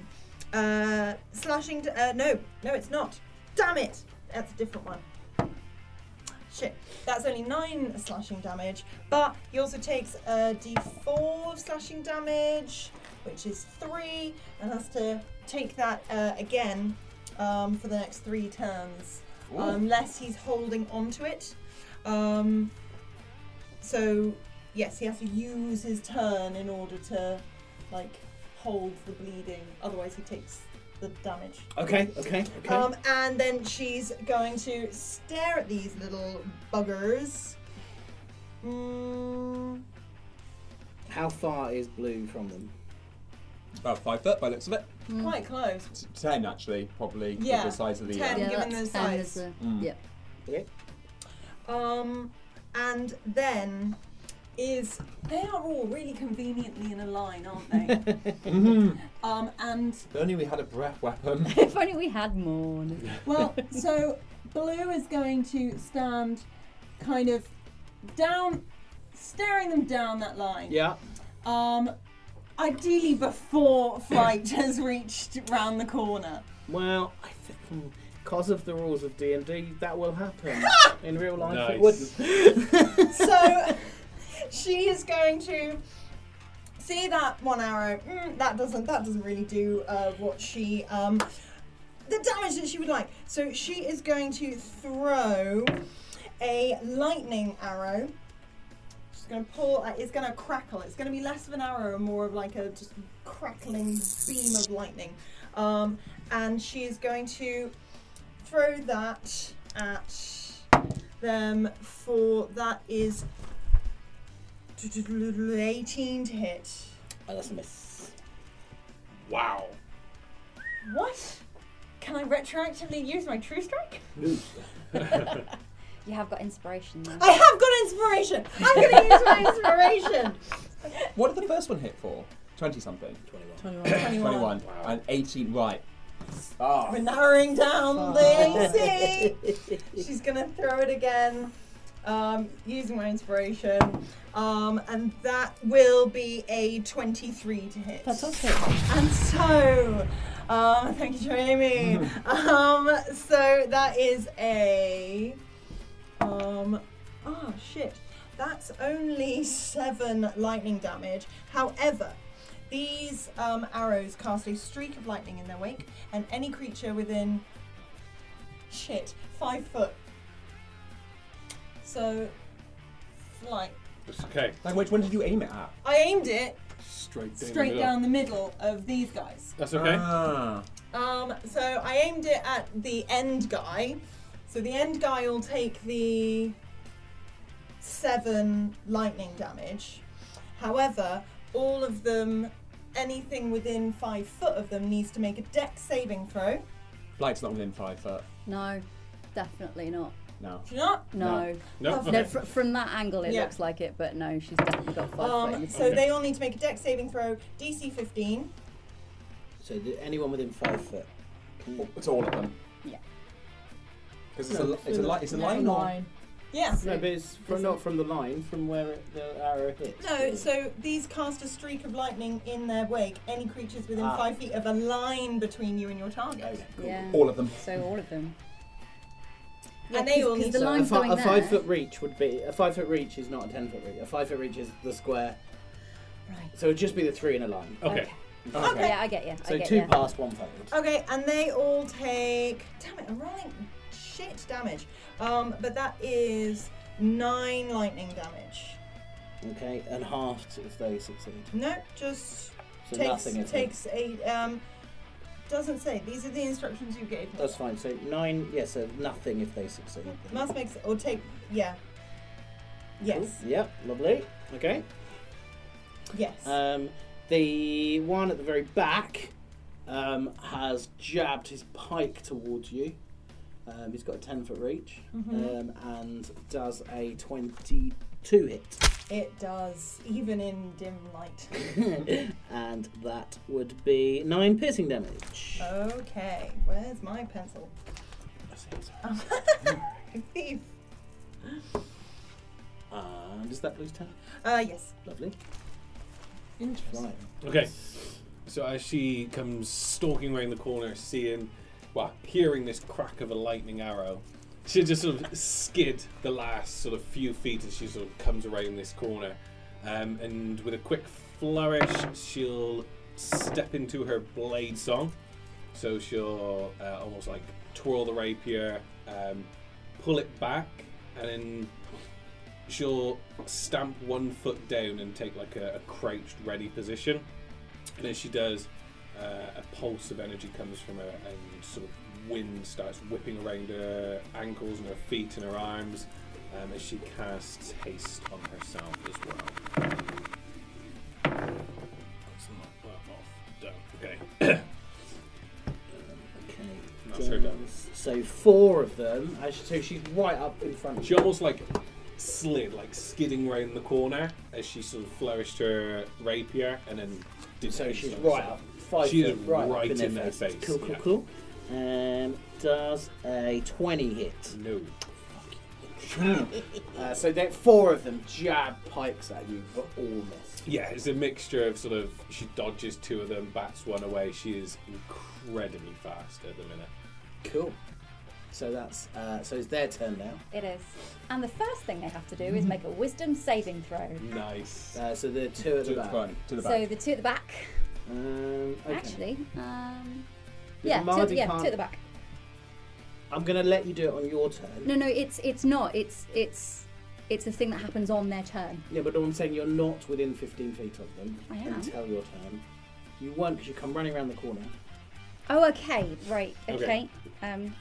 J: Uh, slashing. D- uh, no, no, it's not. Damn it! That's a different one. Shit. That's only 9 slashing damage, but he also takes a d4 of slashing damage, which is 3, and has to take that uh, again um, for the next 3 turns unless he's holding onto it. Um, so yes, he has to use his turn in order to like hold the bleeding. Otherwise, he takes the damage.
E: Okay, okay, okay.
J: Um, and then she's going to stare at these little buggers. Mm,
E: How far is blue from them?
G: About five foot by the looks of it.
J: Quite close.
G: T- Ten actually, probably. with
J: Yeah,
G: The size of the.
J: ten.
G: um,
J: Yeah. given
H: that's
J: the
H: 10
J: size.
H: is the-
G: Mm.
H: Yep.
E: Okay.
J: Um, and then is
C: They are all really conveniently in a line, aren't they?
G: Mhm.
C: um, and
G: If only we had a breath weapon.
H: if only we had more.
C: Well, so Blue is going to stand kind of down, staring them down that line.
E: Yeah.
C: Um, ideally before Flight has reached round the corner.
E: Well, I think because of the rules of D and D, that will happen in real life. It
I: Nice.
E: wouldn't.
J: so she is going to see that one arrow. Mm, that doesn't that doesn't really do uh, what she um, the damage that she would like. So she is going to throw a lightning arrow. She's going to pull. Uh, it's going to crackle. It's going to be less of an arrow and more of like a just crackling beam of lightning. Um, and she is going to throw that at them for that is 18 to hit.
E: oh, that's a miss.
I: Wow.
J: What?
C: Can I retroactively use my True Strike?
H: You have got inspiration there.
J: I have got inspiration! I'm gonna use my inspiration!
G: what did the first one hit for? Twenty something.
J: 21.
G: Twenty-one. And eighteen. Right. Ah.
J: We're narrowing down the AC! She's gonna throw it again, um, using my inspiration. Um, and that will be a 23 to hit. And so, um, thank you, Jamie. um, so that is a. Um, oh, shit. That's only seven lightning damage. However, these um, arrows cast a streak of lightning in their wake, and any creature within. shit, five foot. So, like,
I: It's okay.
G: Like which one did you aim it at?
J: I aimed it
I: Straight down.
C: Straight down the middle of these guys.
I: That's okay.
G: Ah.
J: Um, so I aimed it at the end guy. So the end guy will take the seven lightning damage. However, all of them, anything within five foot of them, needs to make a deck saving throw.
G: Flight's not within five foot.
H: No, definitely not.
G: No.
J: Do you not?
H: No.
I: no.
J: I've
H: No,
I: Okay.
H: fr- from that angle, it
J: Yeah.
H: looks like it, but no, she's definitely got five foot in
J: Um,
H: the
J: so they all need to make a deck saving throw, DC 15.
E: So did anyone within five foot?
G: It's all of them.
H: Yeah.
G: Because it's, a, it's a li- it's a line or
J: Yeah.
E: No, but it's from, not from the line, from where it, the arrow hit.
J: No, so these cast a streak of lightning in their wake. Any creatures within
E: Ah.
J: five feet of a line between you and your target.
H: Yeah.
G: all of them.
H: So all of them.
J: And they all
H: 'cause
J: need to-
H: the
E: So
H: line's
E: a, fi-
H: going
E: a
H: there.
E: five foot reach would be a five foot reach is not a ten foot reach. A five foot reach is the square.
H: Right.
E: So it'd just be the three in a line. Oh.
I: Okay.
G: Okay.
H: Yeah, I get you.
E: So
H: I get
E: two
H: you.
E: past, one forward.
J: Okay, and they all take. Damn it, I'm rolling shit damage. Um, but that is nine lightning damage.
E: Okay, and halved if they succeed.
J: No, just
E: So
J: takes
E: nothing. if they-
J: takes a um. Doesn't say. These are the instructions you gave me.
E: That's fine. So nine. Yeah. So nothing if they succeed. then.
J: Must make or take. Yeah. Yes.
E: Cool. Yep. Lovely. Okay.
J: Yes.
E: Um, the one at the very back um, has jabbed his pike towards you. Um, he's got a 10 foot reach um, and does a 22 hit.
J: it does, even in dim light.
E: and that would be 9 piercing damage.
J: Uh, Okay. Where's my pencil? Thief.
E: And Ah, does that lose 10?
J: Uh, yes.
E: Lovely.
G: Interesting.
E: Right.
I: Okay. So as she comes stalking around the corner, seeing, well, hearing this crack of a lightning arrow, she just sort of skid the last sort of few feet as she sort of comes around this corner, um, and with a quick flourish, she'll step into her blade song. So she'll uh, almost like twirl the rapier, um, pull it back, and then she'll stamp one foot down and take like a, a crouched ready position. And as she does, Uh, a pulse of energy comes from her, and sort of wind starts whipping around her ankles and her feet and her arms um, as she casts haste on herself as well. Got some of that off. Done. Okay.
E: Okay.
I: That's her done.
E: So four of them. As so she's right up in front of
I: She
E: you.
I: almost like slid, like skidding round the corner as she sort of flourished her rapier and then did
E: So
I: haste
E: she's
I: on
E: right
I: herself.
E: up. Five
I: She
E: foot,
I: is
E: right, up
I: right
E: in, their,
I: in their
E: face.
I: face,
E: Cool, cool,
I: yeah.
E: cool. Um, does a twenty hit?
I: No.
E: Uh, so that four of them jab pikes at you, but all miss.
I: Yeah, it's a mixture of sort of she dodges two of them, bats one away. She is incredibly fast at the minute.
E: Cool. So that's uh, so it's their turn now.
H: It is. And the first thing they have to do is make a wisdom saving throw.
I: Nice.
E: Uh, so the two at
G: To
E: the
G: the
E: back.
G: front, Um, to the back.
H: So the two at the back,
E: Um, okay.
H: actually. Um,
E: With
H: yeah, two,
E: Mardi
H: yeah,
E: can't-
H: two at the back.
E: I'm gonna let you do it on your turn.
H: No, no, it's it's not. It's it's it's the thing that happens on their turn.
E: Yeah, but I'm saying you're not within 15 feet of them
H: I am.
E: until your turn. You won't because you come running around the corner.
H: Oh, okay, right,
I: Okay.
H: okay. Um,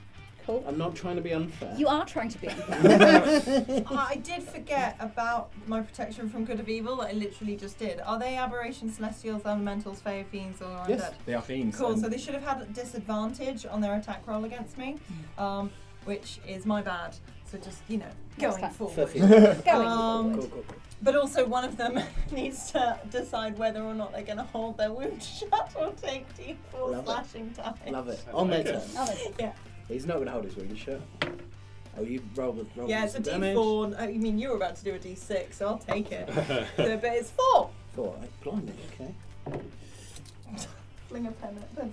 H: cool.
E: I'm not trying to be unfair.
H: You are trying to be.
J: Uh, I did forget about my protection from good of evil that I literally just did. Are they aberrations, celestials, elementals, fae, fiends, or undead?
E: Yes.
G: They are fiends.
J: Cool,
G: and
J: so they should have had a disadvantage on their attack roll against me, um, which is my bad. So just, you know,
H: Next
J: going
H: time.
E: Fair
J: forward.
E: feet. cool,
H: Going.
F: Oh.
J: Um,
E: cool, cool.
J: But also, one of them needs to decide whether or not they're going to hold their wound shut or take
E: Love
J: d4
E: it.
J: slashing damage.
E: Love it.
I: I
E: On their
I: like it.
E: turn.
H: Oh, that's-
E: He's not going to hold his wound shut. Oh, you roll with roll
J: Yeah,
E: with
J: it's a
E: some damage.
J: d4. I mean, you were about to do a d6, so I'll take it. so, but it's four.
E: Four. Oh, Blimey, okay.
J: Fling a pen at them.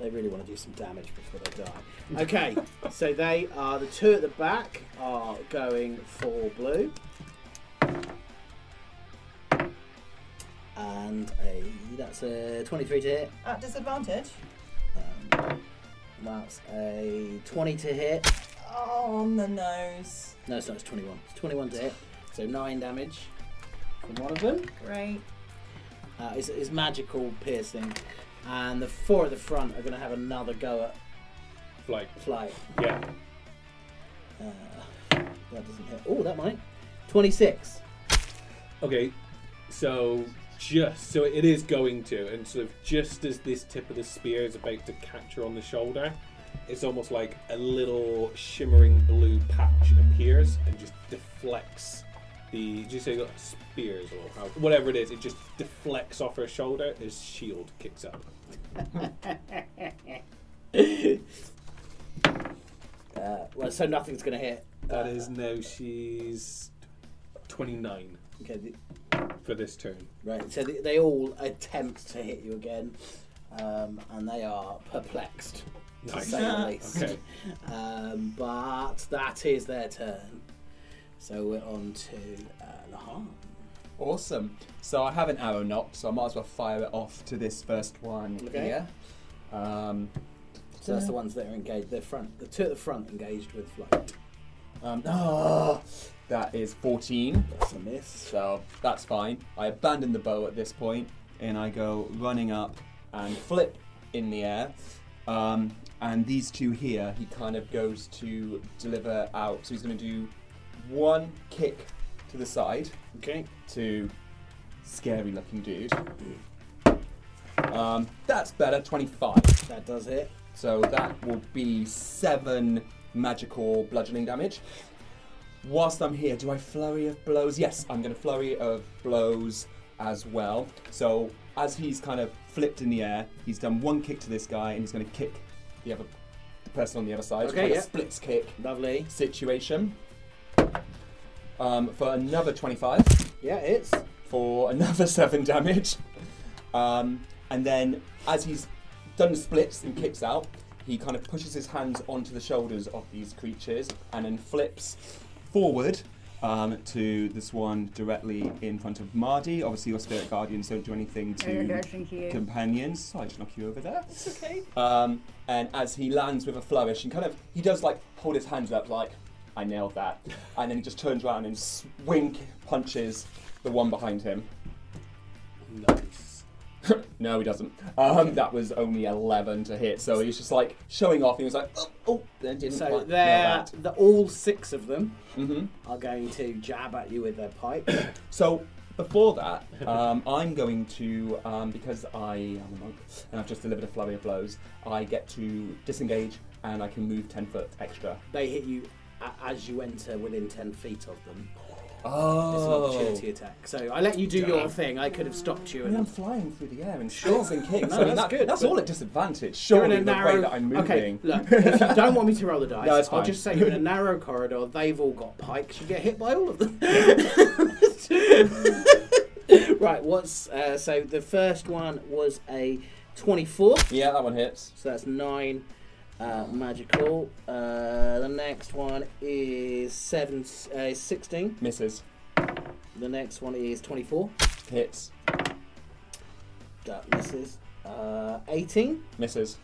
E: They really want to do some damage before they die. Okay, so they are the two at the back are going for blue. And a that's a 23 to hit.
J: At disadvantage.
E: Um, that's a 20 to hit.
J: Oh, on the nose.
E: No, it's not, it's 21. It's 21 to hit. So 9 damage from one of them.
J: Great.
E: Uh, it's, it's magical piercing. And the four at the front are going to have another go
I: Like,
E: at flight.
I: yeah,
E: Uh, that doesn't hit. Oh, that might. 26.
I: Okay, so just so it is going to, and sort of just as this tip of the spear is about to catch her on the shoulder, it's almost like a little shimmering blue patch appears and just deflects the. Did you say the spears or how, whatever it is? It just deflects off her shoulder as shield kicks up.
E: Uh, well, so nothing's going to hit.
I: That is now she's twenty-nine
E: Okay, the,
I: for this turn.
E: right. So they, they all attempt to hit you again. Um, and they are perplexed, to
I: Nice.
E: say the least.
I: Okay.
E: Um, but that is their turn. So we're on to uh, Lahan.
G: Awesome. So I have an arrow knock, so I might as well fire it off to this first one
E: Okay.
G: here. Um,
E: So that's the ones that are engaged. They're front. The two at the front engaged with flight.
G: um, ah, that is 14,
E: That's a miss.
G: so that's fine. I abandon the bow at this point, and I go running up and flip in the air. Um, and these two here, he kind of goes to deliver out. So he's going to do one kick to the side.
E: Okay.
G: to scary looking dude. Um, that's better, 25.
E: That does hit.
G: So that will be seven magical bludgeoning damage. Whilst I'm here, do I flurry of blows? Yes, I'm going to flurry of blows as well. So as he's kind of flipped in the air, he's done one kick to this guy and he's going to kick the other the person on the other side.
E: Okay,
G: kind of
E: yeah.
G: splits kick
E: Lovely.
G: situation. Um, for another 25
E: Yeah, it's
G: for another seven damage. Um, and then, as he's done the splits and kicks out, he kind of pushes his hands onto the shoulders of these creatures and then flips forward um, to this one directly in front of Mardi. Obviously, your spirit guardians don't do anything to companions. So I just knock you over there. It's okay. Um, and as he lands with a flourish and kind of, he does like hold his hands up, like, I nailed that. And then he just turns around and swing punches the one behind him.
I: Nice.
G: no, he doesn't. Um, that was only 11 to hit, so he's just like showing off. He was like, oh, oh, that didn't
E: So
G: quite nail
E: they're
G: that.
E: the, all six of them
G: Mhm.
E: are going to jab at you with their pipe.
G: So before that, um, I'm going to um, because I am a monk and I've just delivered a flurry of blows. I get to disengage and I can move ten foot extra.
E: they hit you a- as you enter within ten feet of them. It's an
G: Oh.
E: opportunity attack. So I let you do your thing. I could have stopped you.
G: I mean, I'm
E: And
G: flying through the air and shits and kicks.
E: No,
G: I mean,
E: that's
G: that-
E: good,
G: That's
E: but-
G: all at disadvantage.
E: you're in
G: Surely
E: a
G: the
E: narrow.
G: way that I'm moving.
E: Okay, look. If you don't want me to roll the dice,
G: No, it's
E: I'll
G: fine.
E: just say you're in a narrow corridor. They've all got pikes. You get hit by all of them. right. What's uh, so the first one was a twenty-four.
G: Yeah, that one hits.
E: So that's nine uh, magical. Uh, the next one is seven, uh, 16.
G: Misses.
E: The next one is 24.
G: Hits.
E: That misses. Uh, 18.
G: Misses.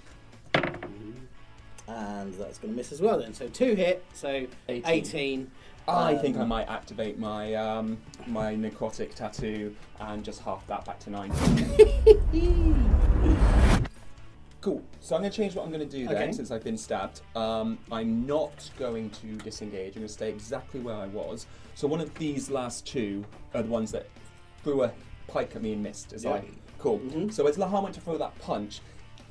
E: And that's going to miss as well then. So two hit. So
G: 18.
E: 18.
G: I
E: Um,
G: think I might activate my um, my necrotic tattoo and just half that back to nine. cool. So I'm going to change what I'm going to do
E: Okay.
G: then, since I've been stabbed. Um, I'm not going to disengage. I'm going to stay exactly where I was. So one of these last two are the ones that threw a pike at me and missed. Is
E: Yeah.
G: I cool.
E: Mhm.
G: So as Lahar went to throw that punch.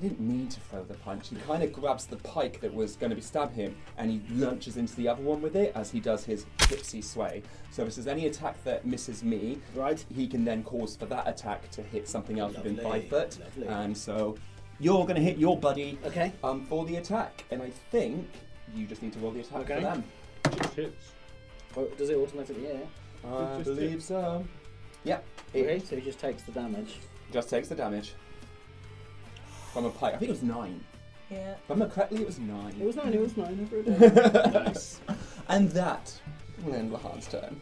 G: He didn't mean to throw the punch. He kind of grabs the pike that was going to be stab him, and he lunges into the other one with it as he does his gypsy sway. So if there's any attack that misses me,
E: Right.
G: he can then cause for that attack to hit something else within
E: Lovely,
G: five foot.
E: lovely.
G: And so you're going to hit your buddy
E: Okay.
G: um, for the attack. And I think you just need to roll the attack
E: Okay.
G: for them.
I: Just hits.
E: Oh, does it automatically? Yeah.
G: I
I: just
G: believe
I: hit.
G: so. Yep. It
E: Okay. So he just takes the damage.
G: just takes the damage from a pike. I think it was nine.
J: Yeah.
G: If I remember correctly, it was nine.
E: It was nine. It was nine. Over a day.
G: nice. And that will end Lahan's turn.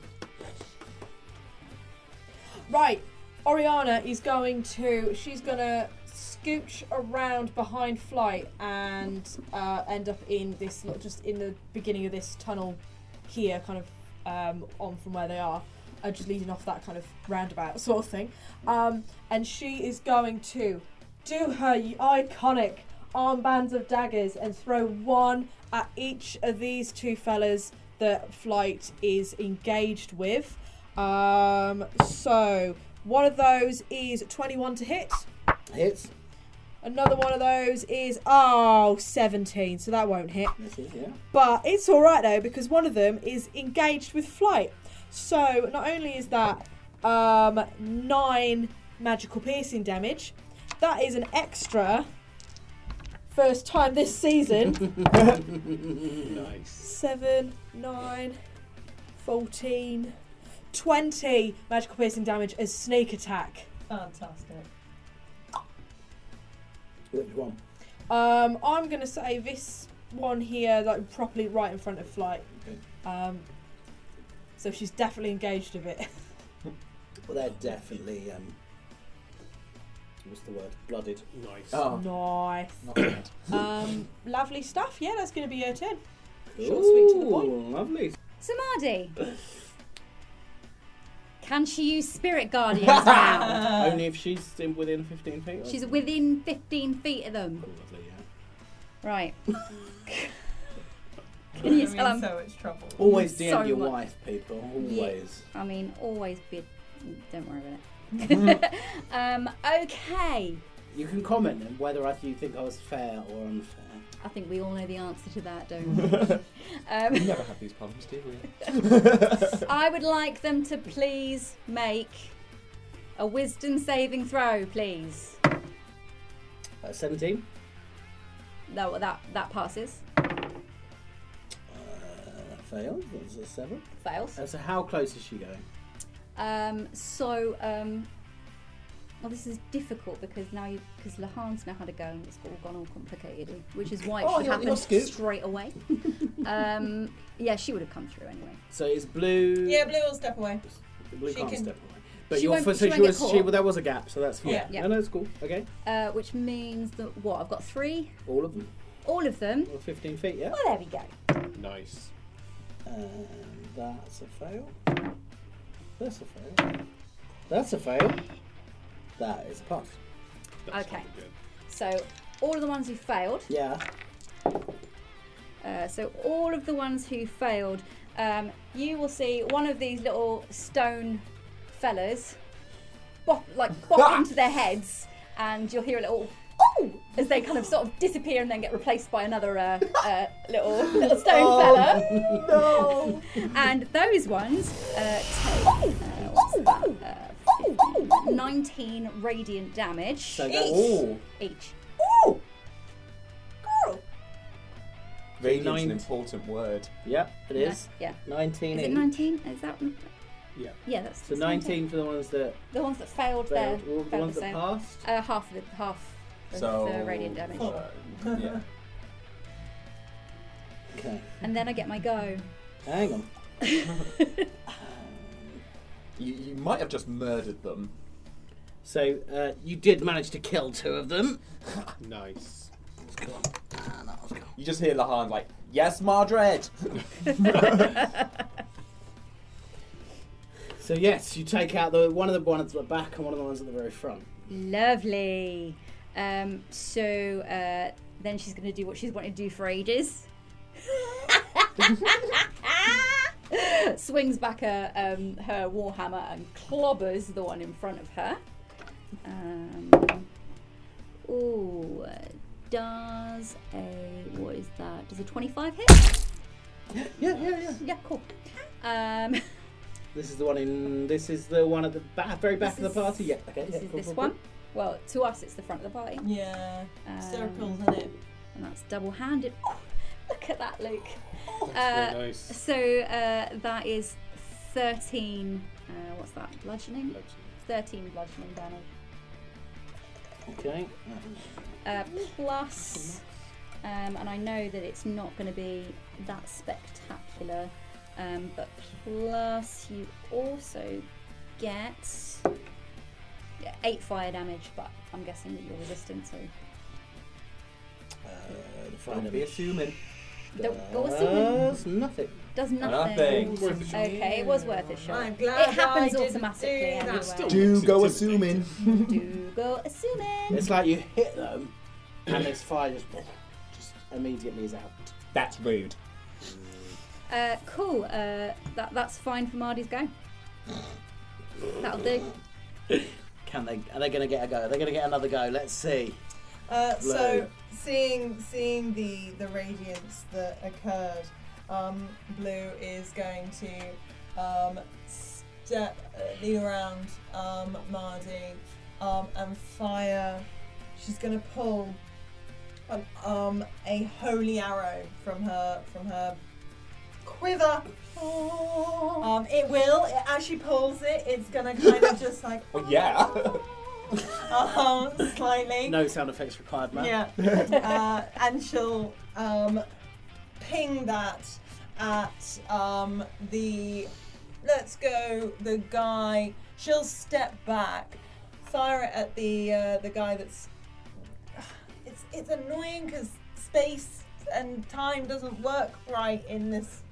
F: Right, Oriana is going to. She's gonna scooch around behind Flight and uh, end up in this, lo- just in the beginning of this tunnel here, kind of um, on from where they are, uh, just leading off that kind of roundabout sort of thing. Um, and she is going to do her iconic armbands of daggers and throw one at each of these two fellas that Flight is engaged with. Um, so one of those is 21 to hit.
E: Hits.
F: Another one of those is oh 17, so that won't hit.
E: Misses. Yeah.
F: But it's all right though because one of them is engaged with flight. So not only is that um, nine magical piercing damage, that is an extra. First time this season.
I: Nice.
F: 7, 9, 14, 20 magical piercing damage as sneak attack.
J: Fantastic.
E: Which one?
F: Um, I'm gonna say this one here, like properly right in front of flight. Um, so she's definitely engaged with it.
E: Well, they're definitely. Um, what's the word? Blooded.
B: Nice.
G: Oh,
F: nice.
G: not bad.
F: Um, lovely stuff. Yeah, that's gonna be her turn.
E: Cool.
F: Short, sweet to the point.
E: Lovely.
H: Samadhi. Can she use spirit guardians now?
F: Uh,
E: Only if she's in within 15 feet.
H: She's within 15 feet of them.
E: Lovely, yeah.
H: Right. Can
J: I
H: you
J: mean,
H: tell I'm-
J: so much trouble.
E: Always DM
H: So
E: your
H: much-
E: wife, people.
H: Yeah.
E: Always.
H: I mean, always be. Don't worry about it. um, okay.
E: You can comment on whether I- you think I was fair or unfair.
H: I think we all know the answer to that, don't we?
G: we
H: um,
G: never have these problems, do we?
H: I would like them to please make a wisdom saving throw, please.
E: Uh, 17.
H: That that that passes.
E: Uh, failed. That's a 7.
H: Fails.
E: Uh, so, how close is she going?
H: Um, so, um, well, this is difficult because now you because Lahan's now had a go and it's all gone all complicated, which is why it
G: Oh,
H: should
G: you're-
H: happen
G: you're scoop.
H: straight away. um, yeah, she would have come through anyway.
E: So, it's blue.
J: Yeah, Blue will step away.
E: blue
J: she
E: can't
J: can-
E: step away. But
H: She
E: your
H: won't-
E: first,
H: she
E: so
H: won't
E: she
H: get
E: was, she,
H: caught.
E: well, there was a gap, so that's fine.
J: Yeah.
H: Yeah.
E: No, no, it's cool. Okay.
H: Uh, which means that what I've got three,
E: All of them.
H: all of them.
E: All 15 feet, yeah.
H: Well, there we go.
I: Nice.
E: And that's a fail. That's a fail. That's a fail. That is a pass.
I: That's
H: Okay.
I: not good.
H: So all of the ones who failed.
E: Yeah.
H: Uh, so all of the ones who failed, um, you will see one of these little stone fellas, bop, like bop
E: Ah!
H: into their heads, and you'll hear a little. "Ooh," As they kind of sort of disappear and then get replaced by another uh, uh, little little stone fella,
E: Oh, No. Oh!
H: and those ones uh, take uh, what's that? Uh, 15, 19 radiant damage
E: So that's
G: Oh,
H: each.
G: radiant's an
E: Nine-
G: important word.
E: Yep, it is.
H: Yeah.
E: Nineteen.
H: Is it
E: each.
H: 19? Is that
I: Yeah.
H: Yeah, that's
E: So
H: that's
E: nineteen for the ones that
H: The ones that failed,
E: failed.
H: there.
E: All the ones that passed.
H: Uh, half of the half of
G: So
H: the radiant damage.
G: uh,
E: Oh.
G: yeah.
E: Okay.
H: And then I get my go.
E: Hang on.
G: You, you might have just murdered them.
E: So uh, you did manage to kill two of them.
I: Nice.
G: You just hear Lahan like, "Yes, Mardred."
E: So yes, you take out the one of the ones at the back and one of the ones at the very front.
H: Lovely. Um, so uh, then she's going to do what she's wanted to do for ages. Swings back her, um, her warhammer and clobbers the one in front of her. Um, ooh, does a what is that? Does a twenty-five hit?
E: Yeah, yeah, yeah.
H: Yeah, cool. Um,
E: This is the one in. This is the one at the ba- very back
H: This
E: of the
H: is-
E: party. Yeah. Okay. yeah,
H: this is
E: cool,
H: this
E: cool,
H: one. Well, to us, it's the front of the party.
C: Yeah.
H: Um,
C: Circles in it.
H: and that's double-handed. Oh, look at that, Luke.
I: Oh, That's
H: Uh,
I: very nice.
H: So uh, that is 13. Uh, what's that? Bludgeoning? 13 bludgeoning damage.
E: cool. Okay.
H: Uh, plus, um, and I know that it's not going to be that spectacular, um, but plus you also get 8 fire damage, but I'm guessing that you're resistant, so
E: Uh, the fire
G: Don't be
E: damage
G: assuming.
H: don't go assuming.
E: does nothing.
H: Does
G: Nothing.
H: nothing. Okay, it was worth a shot.
J: I'm glad
H: it happens
J: I didn't
H: automatically
J: do that.
H: anyway.
I: Still-
G: Do
I: It's
G: go
I: intimidating.
G: assuming.
H: do go assuming.
E: It's like you hit them, and this fire just, just immediately is out.
G: That's rude.
H: Uh, cool. Uh, that that's fine for Mardy's go. That'll do.
E: Can they? Are they going to get a go? Are they going to get another go? Let's see.
J: Uh, so
E: Blow.
J: seeing seeing the the radiance that occurred, um, Blue is going to um, step the around um, Mardi um, and fire. She's going to pull an, um, a holy arrow from her from her quiver. Um, it will. As she pulls it, it's going to kind of just like
E: Oh,
G: Well, Oh, yeah.
J: um, slightly.
E: No sound effects required, man.
J: Yeah. uh, and she'll um, ping that at um, the. Let's go, the guy. She'll step back, fire it at the uh, the guy that's. It's it's annoying because space and time doesn't work right in this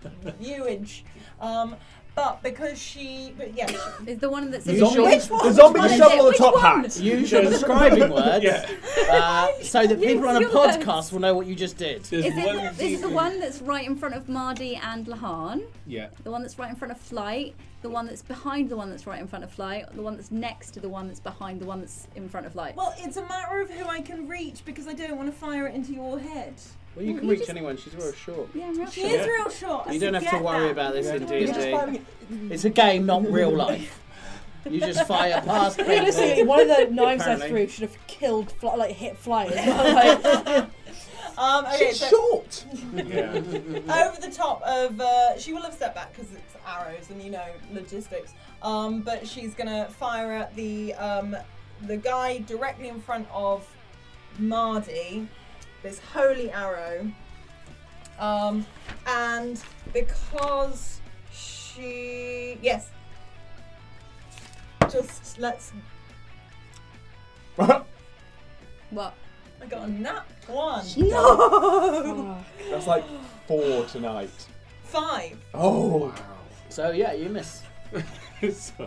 J: viewage. Um, but because she, but yeah, she-
H: Is the one that's
E: The
H: in
E: zombie-
H: short-
E: Which
G: The zombie
H: Which
G: shovel
H: one?
G: the top hat.
E: Use your describing words
I: Yeah.
E: uh, so that
H: Use
E: people on a
H: your words.
E: podcast will know what you just did.
I: There's
H: Is
I: one
H: it, this is the
I: demon-
H: one that's right in front of Mardy and Lahan,
I: Yeah.
H: the one that's right in front of Flight, the one that's behind the one that's right in front of Flight, the one that's next to the one that's behind the one that's in front of Light.
J: well, it's a matter of who I can reach because I don't want to fire it into your head.
E: Well, you
H: Well,
E: can
H: you
E: reach
H: just-
E: anyone. She's real short.
H: yeah, I'm real
J: She
H: sure.
J: is real short. I
E: You don't have to
J: forget
E: worry
J: that.
E: about this in
G: You're just
E: D&D.
G: firing
E: It's a game, not real life. You just fire past people.
F: Realistically, one of the knives I
E: Apparently.
F: threw should have killed, fly, like hit fly as well. Like,
J: Um,
G: it.
J: okay,
G: She's
J: so
G: short.
I: Yeah.
J: over the top of, uh, she will have stepped back because it's arrows and you know logistics. Um, but she's gonna fire at the um, the guy directly in front of Mardi, this holy arrow. Um, and because she, yes, just let's.
H: What?
J: I got a nat one,
G: That's like four tonight.
J: five.
G: Oh.
E: So, yeah, you miss.
I: so,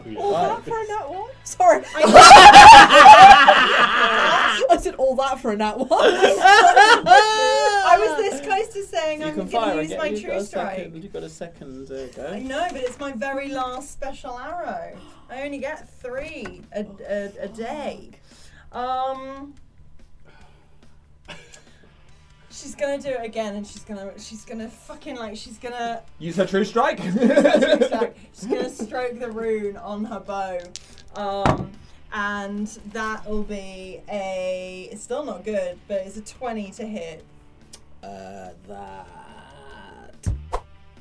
I: yeah.
F: All
G: Wow.
F: that for a nat one? Sorry. I said all that for a nat one.
J: I was this close to saying
E: you
J: I'm
E: can
J: going
E: fire
J: to use
E: again.
J: my
E: you've, got
J: true
E: a
J: strike.
E: second, you've got a second uh,
J: I
E: go.
J: know, but it's my very last special arrow. I only get three a, a, a day. Um, she's gonna do it again, and she's gonna she's gonna fucking like she's gonna
G: Use her true strike.
J: she's gonna stroke the rune on her bow. Um, and that'll be a it's still not good, but it's a twenty to hit.
E: Uh, that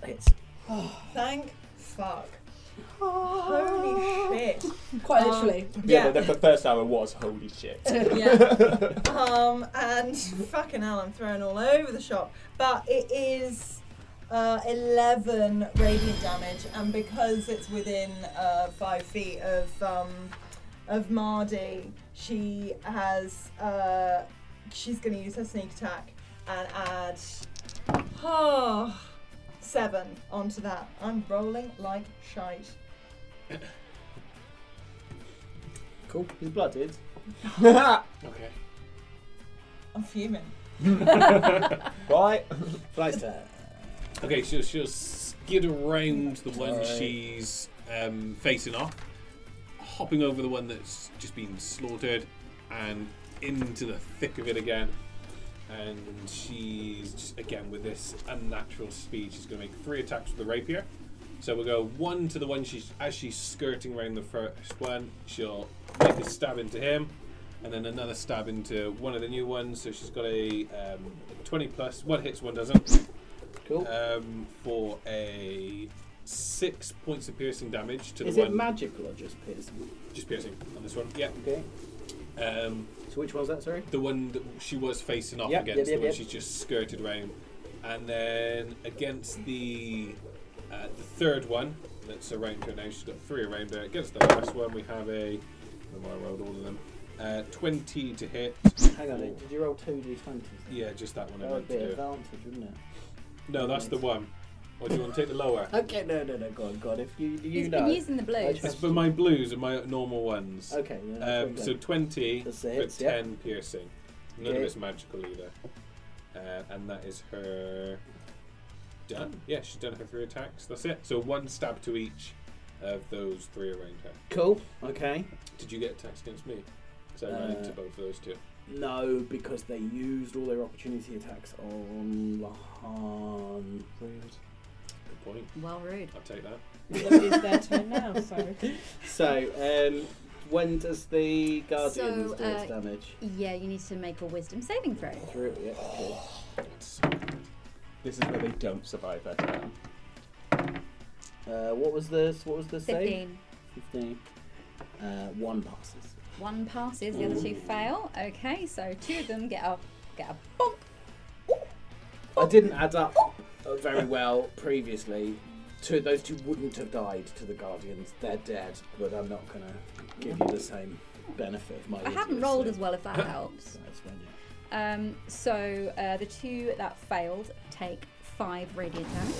E: hits.
J: Thank fuck. Holy shit.
F: Quite
J: Um,
F: literally.
G: yeah, the, the first hour was holy shit.
J: Yeah. Um, and fucking hell, I'm thrown all over the shop. But it is uh, 11 radiant damage, and because it's within uh, five feet of um, of Mardy, she has uh, she's going to use her sneak attack and add oh, seven onto that. I'm rolling like shite.
E: Cool. He's blooded.
I: Okay.
J: I'm fuming.
G: right.
E: Flies there.
I: Okay, she'll, she'll skid around the one
E: Alright.
I: she's um, facing off, hopping over the one that's just been slaughtered, and into the thick of it again. And she's just, again with this unnatural speed, she's going to make three attacks with the rapier. So we'll go one to the one she's as she's skirting around the first one. She'll make a stab into him, and then another stab into one of the new ones. So she's got a um, 20 plus. One hits, one doesn't
E: Cool.
I: um, for a six points of piercing damage to the
E: Is
I: one
E: it magical or just piercing?
I: just piercing on this one. Yeah.
E: Okay.
I: Um,
E: So which one's that? Sorry.
I: the one that she was facing off
E: Yep,
I: against,
E: yep, yep,
I: the one
E: yep.
I: she's just skirted around, and then against the uh, the third one that's around her now. She's got three around her. Against the last one, we have a. I rolled all of them. Uh, Twenty to hit.
E: Hang on. Did you roll two d20s?
I: Yeah, just that one. I
E: Oh, That would
I: meant
E: be
I: to do.
E: advantage, wouldn't it?
I: No, that's the one. Or do you want to take the lower?
E: Okay. No, no, no. God, God. If you, you
H: He's
E: know.
H: been using the blues.
E: Okay.
I: It's for my blues and my normal ones.
E: Okay. Yeah, that's
I: Um,
E: okay.
I: so 20
E: That's
I: for
E: the hits,
I: 10
E: yeah.
I: piercing. None
E: Okay.
I: of it's magical either. Uh, and that is her. Done. Yeah, she's done her three attacks. That's it. So one stab to each of those three around her.
E: cool. Okay.
I: Did you get attacks against me? Because I ran
E: Uh,
I: into both of those two.
E: No, because they used all their opportunity attacks on Lahan.
I: Good point.
H: Well, rude.
I: I'll take that.
F: Well, it is their turn now, so.
E: So, um, when does the Guardians
H: So,
E: do its
H: uh,
E: damage?
H: Yeah, you need to make a wisdom saving throw.
E: Through it, yeah. cool.
G: This is where they don't survive their turn.
E: Uh, what was this? What was the save?
H: 15.
E: Fifteen. Uh, one passes.
H: One passes, the other two fail. Okay, so two of them get a get a bonk. Oh.
E: I didn't add up uh, very well previously. Two those two wouldn't have died to the Guardians. They're dead, but I'm not gonna give you the same benefit of my.
H: I haven't
E: idiocy.
H: rolled as well if that helps.
E: So that's when you-
H: Um, so uh, the two that failed take five radiant damage,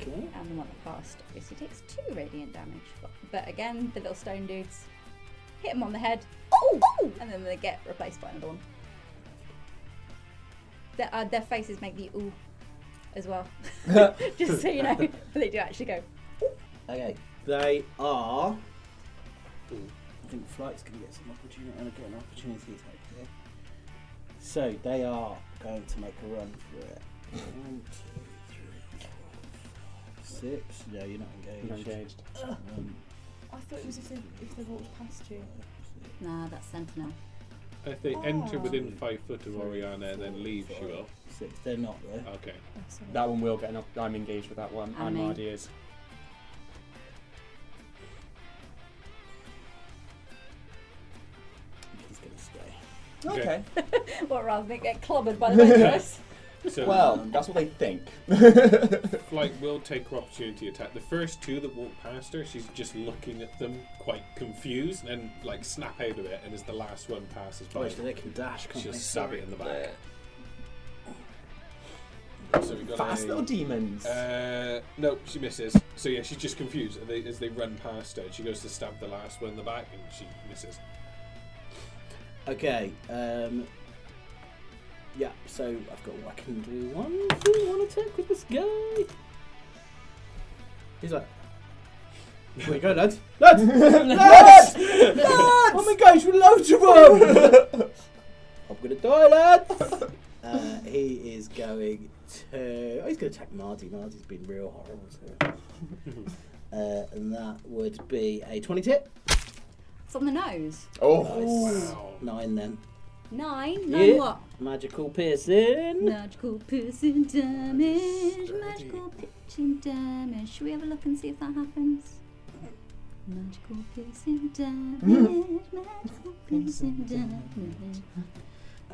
E: Okay.
H: and the one that passed obviously takes two radiant damage. But, but again, the little stone dudes hit them on the head, oh, and then they get replaced by another one. Their, uh, their faces make the ooh as well, just so you know. But they do actually go.
E: Okay, they are. I think Flight's going to get some opportunity and get an opportunity attack here. So they are going to make a run for it. One, two, three, four, five, six. No, you're not engaged.
G: Engaged.
E: Um,
F: I thought it was if they, if they walked past you.
H: Nah, that's sentinel.
I: If
H: Oh.
I: they enter
F: Ah.
I: within five foot of Oriana and then leave, she will.
E: six. They're not though.
I: Okay.
F: Oh, sorry.
G: That one will get an op- I'm engaged with that one.
H: I
G: and
H: mean-
G: Mardi is.
E: He's going to stay.
I: Okay.
H: Well, rather than get clobbered by the both of us.
I: So
E: Oh,
G: Well,
E: Um,
G: that's what they think.
I: Flight will take her opportunity attack. The first two that walk past her, she's just looking at them, quite confused, and like snap out of it. And as the last one passes by,
E: Right, so they can dash. Can't
I: she'll
E: they?
I: stab it in the back. So we got
G: Fast
I: a-
G: little demons.
I: Uh, no, she misses. So yeah, she's just confused as they, as they run past her. She goes to stab the last one in the back, and she misses.
E: Okay. Um, yeah, so I've got I can do one, do one attack with this guy. He's like, here we go, lads. Lads! lads! Oh my gosh, we're loads of them! I'm gonna die, lads! Uh, he is going to. Oh, he's gonna attack Marty. Marty's been real horrible to him. Uh, and that would be a 20 tip.
H: It's on the nose.
E: Nice.
G: Oh,
E: Nine then.
H: Nine. Nine
E: Yeah.
H: what?
E: Magical piercing.
H: Magical piercing damage. Magical piercing damage. Should we have a look and see if that happens? Magical piercing damage. magical piercing damage.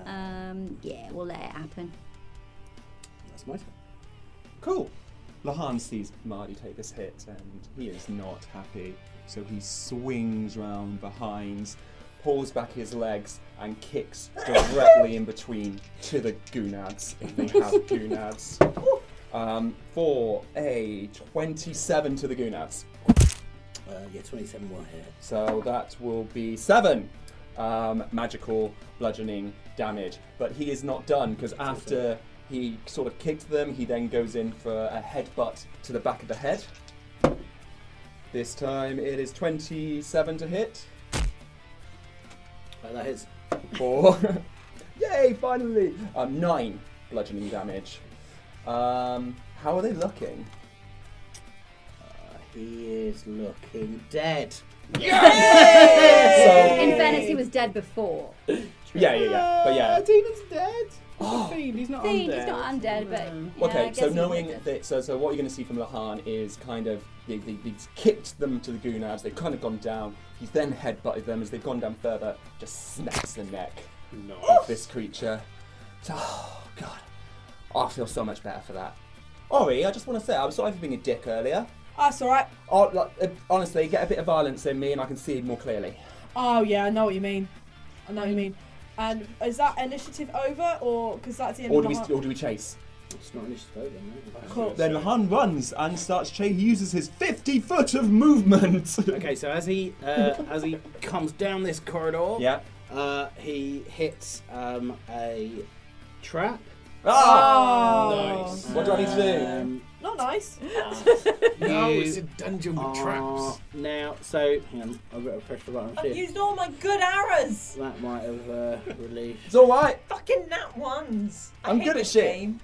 H: Um, yeah, we'll let it happen.
E: That's my turn.
G: cool. Lahan sees Marty take this hit and he is not happy. So he swings round behind, pulls back his legs, and kicks directly in between to the gonads, if they have gonads. Um, for a 27 to the gonads.
E: Uh, yeah, 27 will hit.
G: So that will be seven um, magical bludgeoning damage. But he is not done because after he sort of kicked them, he then goes in for a headbutt to the back of the head. This time it is 27 to hit.
E: Like that hits.
G: Four. Yay, finally! Um, nine bludgeoning damage. Um, how are they looking?
E: Uh, he is looking dead.
G: So,
H: In fairness, he was dead before.
G: yeah, yeah, yeah. But yeah,
E: Demon's Uh, dead. Oh. Fiend, he's not
H: Fiend, he's not undead, but yeah, I
G: Okay,
H: guess
G: so
H: he's
G: knowing
H: undead.
G: that, so, so what you're going to see from Lahan is kind of they, they, he's kicked them to the gonads. They've kind of gone down. He's then headbutted them as they've gone down further. Just snaps the neck
I: No.
G: of this creature. So, oh god, Oh, I feel so much better for that. Ori, I just want to say I'm sorry for being a dick earlier.
F: That's alright.
G: Oh, like, uh, honestly, get a bit of violence in me and I can see more clearly.
F: Oh yeah, I know what you mean. I know what you mean. And is that initiative over, or because that's the end
G: Or
F: of
G: do we,
F: the half-
G: or do we chase?
E: It's not initiative over, no.
F: Cool.
G: Then Lahan runs and starts chasing. He uses his 50 foot of movement.
E: Okay, so as he uh, as he comes down this corridor,
G: yeah.
E: uh, he hits um, a trap.
G: Ah!
F: Oh,
I: Nice.
G: What do I need to do?
E: Um,
F: not nice.
I: No,
E: You
I: it's a dungeon with
E: are
I: traps.
E: Now, so hang on, I've got to press the button.
J: I've
E: Shit.
J: used all my good arrows.
E: That might have uh, released.
G: It's alright.
J: Fucking nat ones. I
G: I'm
J: hate
G: good at
J: this
G: shit.
J: game.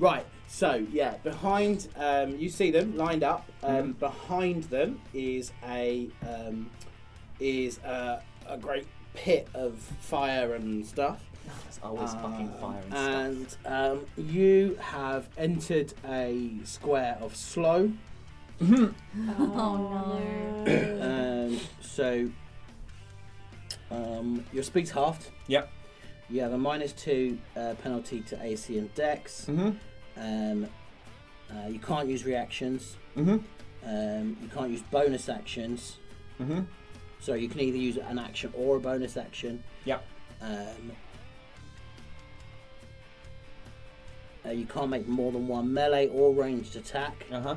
E: Right, so yeah, behind um, you see them lined up.
G: Mm-hmm.
E: Um, Behind them is a um, is a, a great pit of fire and stuff. Uh,
G: There's always fucking fire Uh, and stuff.
E: and um, you have entered a square of slow.
H: Oh
G: Mm-hmm.
H: no.
E: Um, so um, your speed's halved.
G: Yep.
E: You have a minus two uh, penalty to AC and Dex.
G: Mm-hmm.
E: Um, uh, you can't use reactions.
G: Mm-hmm.
E: Um, you can't use bonus actions.
G: Mm-hmm.
E: So you can either use an action or a bonus action.
G: Yep.
E: Um, uh, you can't make more than one melee or ranged attack.
G: Uh-huh.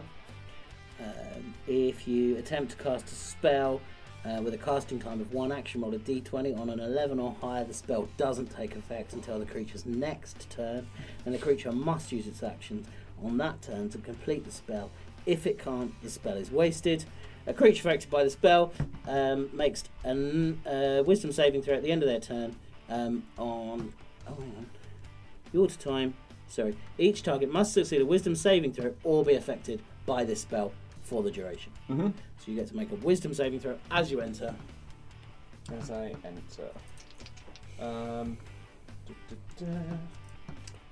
E: Um, if you attempt to cast a spell uh, with a casting time of one action, roll a d20. On an 11 or higher, the spell doesn't take effect until the creature's next turn, and the creature must use its actions on that turn to complete the spell. If it can't, the spell is wasted. A creature affected by the spell um, makes a uh, wisdom saving throw at the end of their turn um, on. Oh, hang on. Your time. Sorry. Each target must succeed a wisdom saving throw or be affected by this spell for the duration.
G: Mm-hmm.
E: So you get to make a wisdom saving throw as you enter.
G: As I enter. Um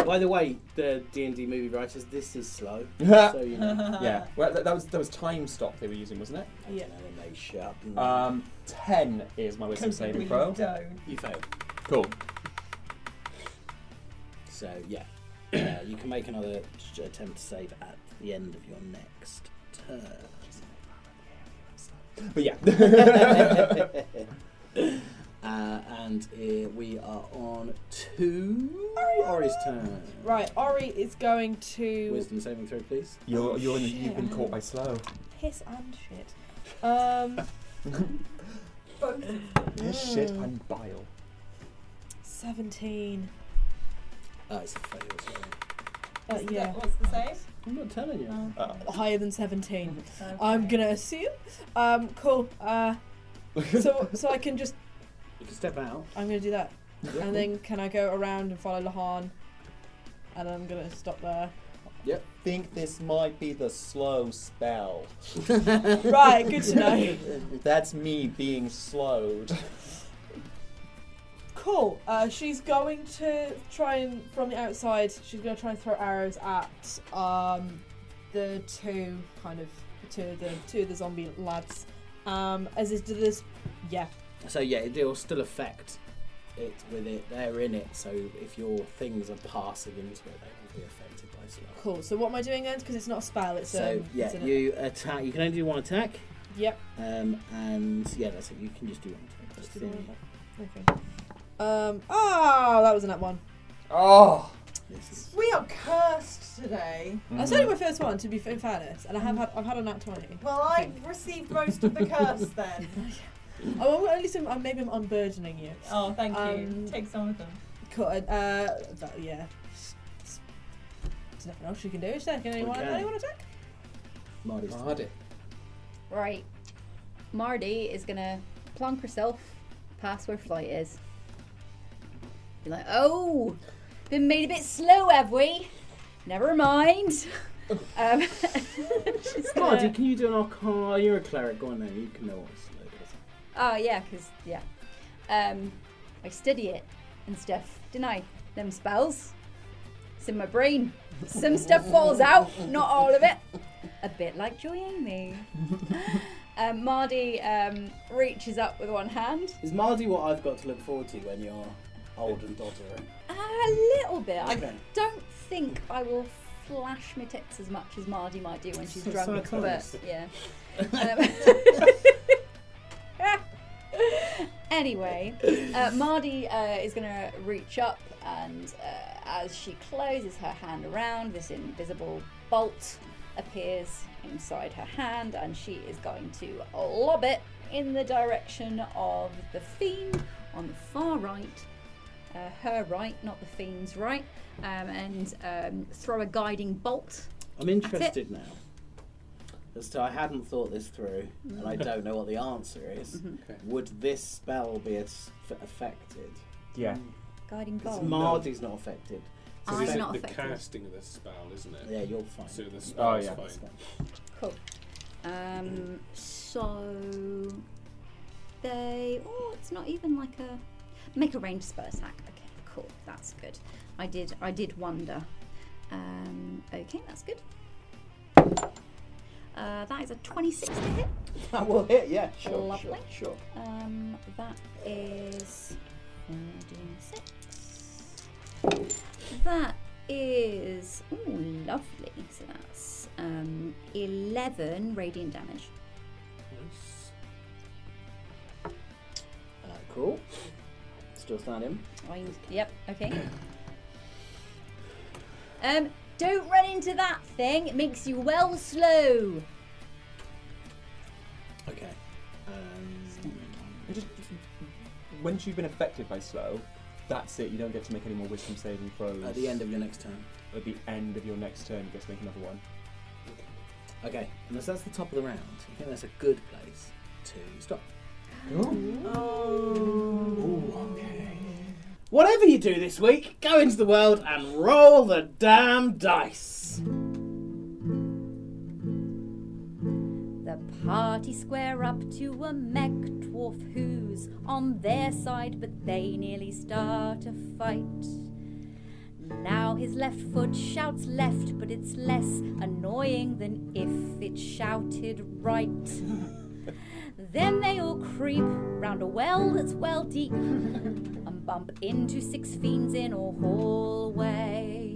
E: By the way, the D and D movie writers, this is slow, so you know.
G: Yeah. Well that, that was that was time stop they were using, wasn't it?
E: I don't know, they may shut up. and-
G: Um ten is my wisdom saving throw.
J: Don't.
E: Mm. you failed.
G: Cool.
E: So yeah, uh, you can make another j- attempt to save at the end of your next turn.
G: But yeah.
E: um, Uh, and uh, we are on two. Ori's turn.
F: Right, Ori is going to
E: Wisdom saving throw, please.
G: You're, you're in the,
F: shit.
G: you've been caught by slow.
F: piss and shit. Um,
G: Piss, shit, and bile.
F: seventeen.
E: Uh, it's a fail. Sorry.
F: Uh, yeah,
J: What's the save?
E: I'm not telling you.
F: Oh. higher than seventeen. I'm gonna assume. Um, cool. Uh, so so I can just
E: You can step out.
F: I'm gonna do that, and then can I go around and follow Lahan? And I'm gonna stop there.
G: Yep. Think this might be the slow spell.
F: Right, good to know.
G: That's me being slowed.
F: Cool. Uh, she's going to try and from the outside. She's going to try and throw arrows at um, the two kind of two of the two of the zombie lads. Um, as is did this, yeah.
E: So yeah, it'll still affect it with it. They're in it, so if your things are passing into it, they will be affected by slow.
F: Cool. So what am I doing then? Because it's not a spell. It's
E: So
F: um,
E: yeah,
F: it's an-
E: you attack. You can only do one attack.
F: Yep.
E: Um, and yeah, that's it. You can just do one attack. That's
F: Just do
E: the
F: one
E: only-
F: Okay. Um. Oh, that was an that one.
G: Oh!
E: this is-
J: We are cursed today.
F: That's
E: Mm-hmm.
F: only my first one, to be in fairness, and I have had I've had a nat twenty.
J: Well, I received most of the curse then.
F: Oh, at least I'm, I'm- maybe I'm unburdening you.
J: Oh, thank
F: Um,
J: Take some of them.
F: Cool. and, Uh, that, yeah. There's nothing else you can do, is there? Can anyone,
E: Okay.
F: anyone attack?
E: Marty's turn.
H: Right. Mardy is gonna plonk herself past where Flight is. Be like, oh, been made a bit slow, have we? Never mind. um, she's
E: Marty,
H: gonna,
E: can you do an arcana? You're a cleric. Go on then. You can know what's like.
H: oh yeah, cause yeah, um, I study it and stuff, didn't I? Them spells. It's in my brain. Some stuff falls out, not all of it. A bit like Joy Amy. um, Mardy um, reaches up with one hand
E: Is Marty what I've got to look forward to when you're old and doddering?
H: Ah, A little bit. I
E: Okay.
H: don't think I will flash my tits as much as Mardy might do when she's
E: So
H: drunk, but
E: close.
H: yeah. Um, anyway, uh, Mardy uh, is going to reach up, and uh, as she closes her hand around, this invisible bolt appears inside her hand, and she is going to lob it in the direction of the fiend on the far right uh, her right, not the fiend's right, um, and um, throw a guiding bolt.
E: I'm interested now. As to I hadn't thought this through, and I don't know what the answer is.
I: Okay.
E: Would this spell be as f- affected?
H: Oh,
G: Yeah.
H: Guiding
E: Because
H: bolt.
E: Marty's not affected.
I: So
H: I'm
I: this is
H: not
I: the
H: affected.
I: casting of the spell, isn't it?
E: Yeah, you're fine.
I: So the spell's
G: yeah.
I: fine.
H: Cool. Um, so they. Oh, it's not even like a make a ranged spell attack. Okay, cool. That's good. I did. I did wonder. Um, okay, that's good. Uh, that is a 26 to hit.
E: That will hit, yeah, sure,
H: Lovely.
E: sure,
H: Um, that is uh, doing six. That is ooh, lovely. So that's um, eleven radiant damage.
I: Nice.
E: sure. Uh, cool. Still standing.
H: I, yep. Okay. Um, don't run into that thing. It makes you well slow.
E: Okay. Um,
G: You just, once you've been affected by slow, that's it. You don't get to make any more wisdom saving throws.
E: at the end of your next turn.
G: At the end of your next turn, you get to make another one.
E: Okay, unless that's the top of the round, I think that's a good place to stop. Ooh, okay. Whatever you do this week, go into the world and roll the damn dice.
H: The party square up to a mech dwarf who's on their side, but they nearly start a fight. Now his left foot shouts left, but it's less annoying than if it shouted right. then they all creep round a well that's well deep and bump into six fiends in a hallway.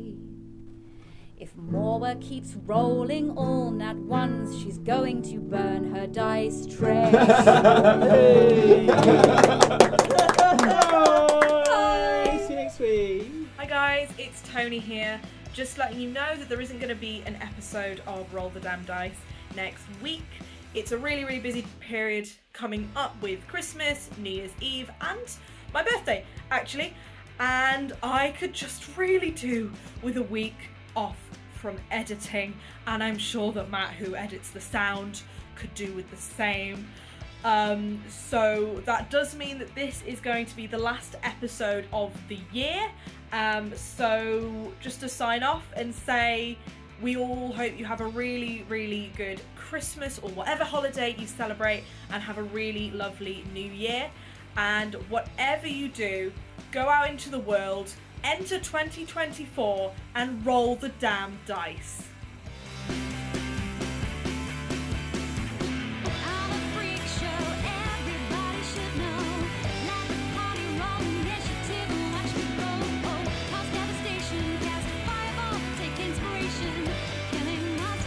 H: If Morwa keeps rolling all nat ones, she's going to burn her dice tray.
J: guys, it's Tony here. Just letting you know that there isn't going to be an episode of Roll the Damn Dice next week. It's a really, really busy period coming up with Christmas, New Year's Eve, and my birthday, actually. And I could just really do with a week off from editing, and I'm sure that Matt, who edits the sound, could do with the same. Um, so that does mean that this is going to be the last episode of the year. Um, so just to sign off and say, we all hope you have a really, really good Christmas or whatever holiday you celebrate and have a really lovely new year. And whatever you do, go out into the world, enter 2024 and roll the damn dice.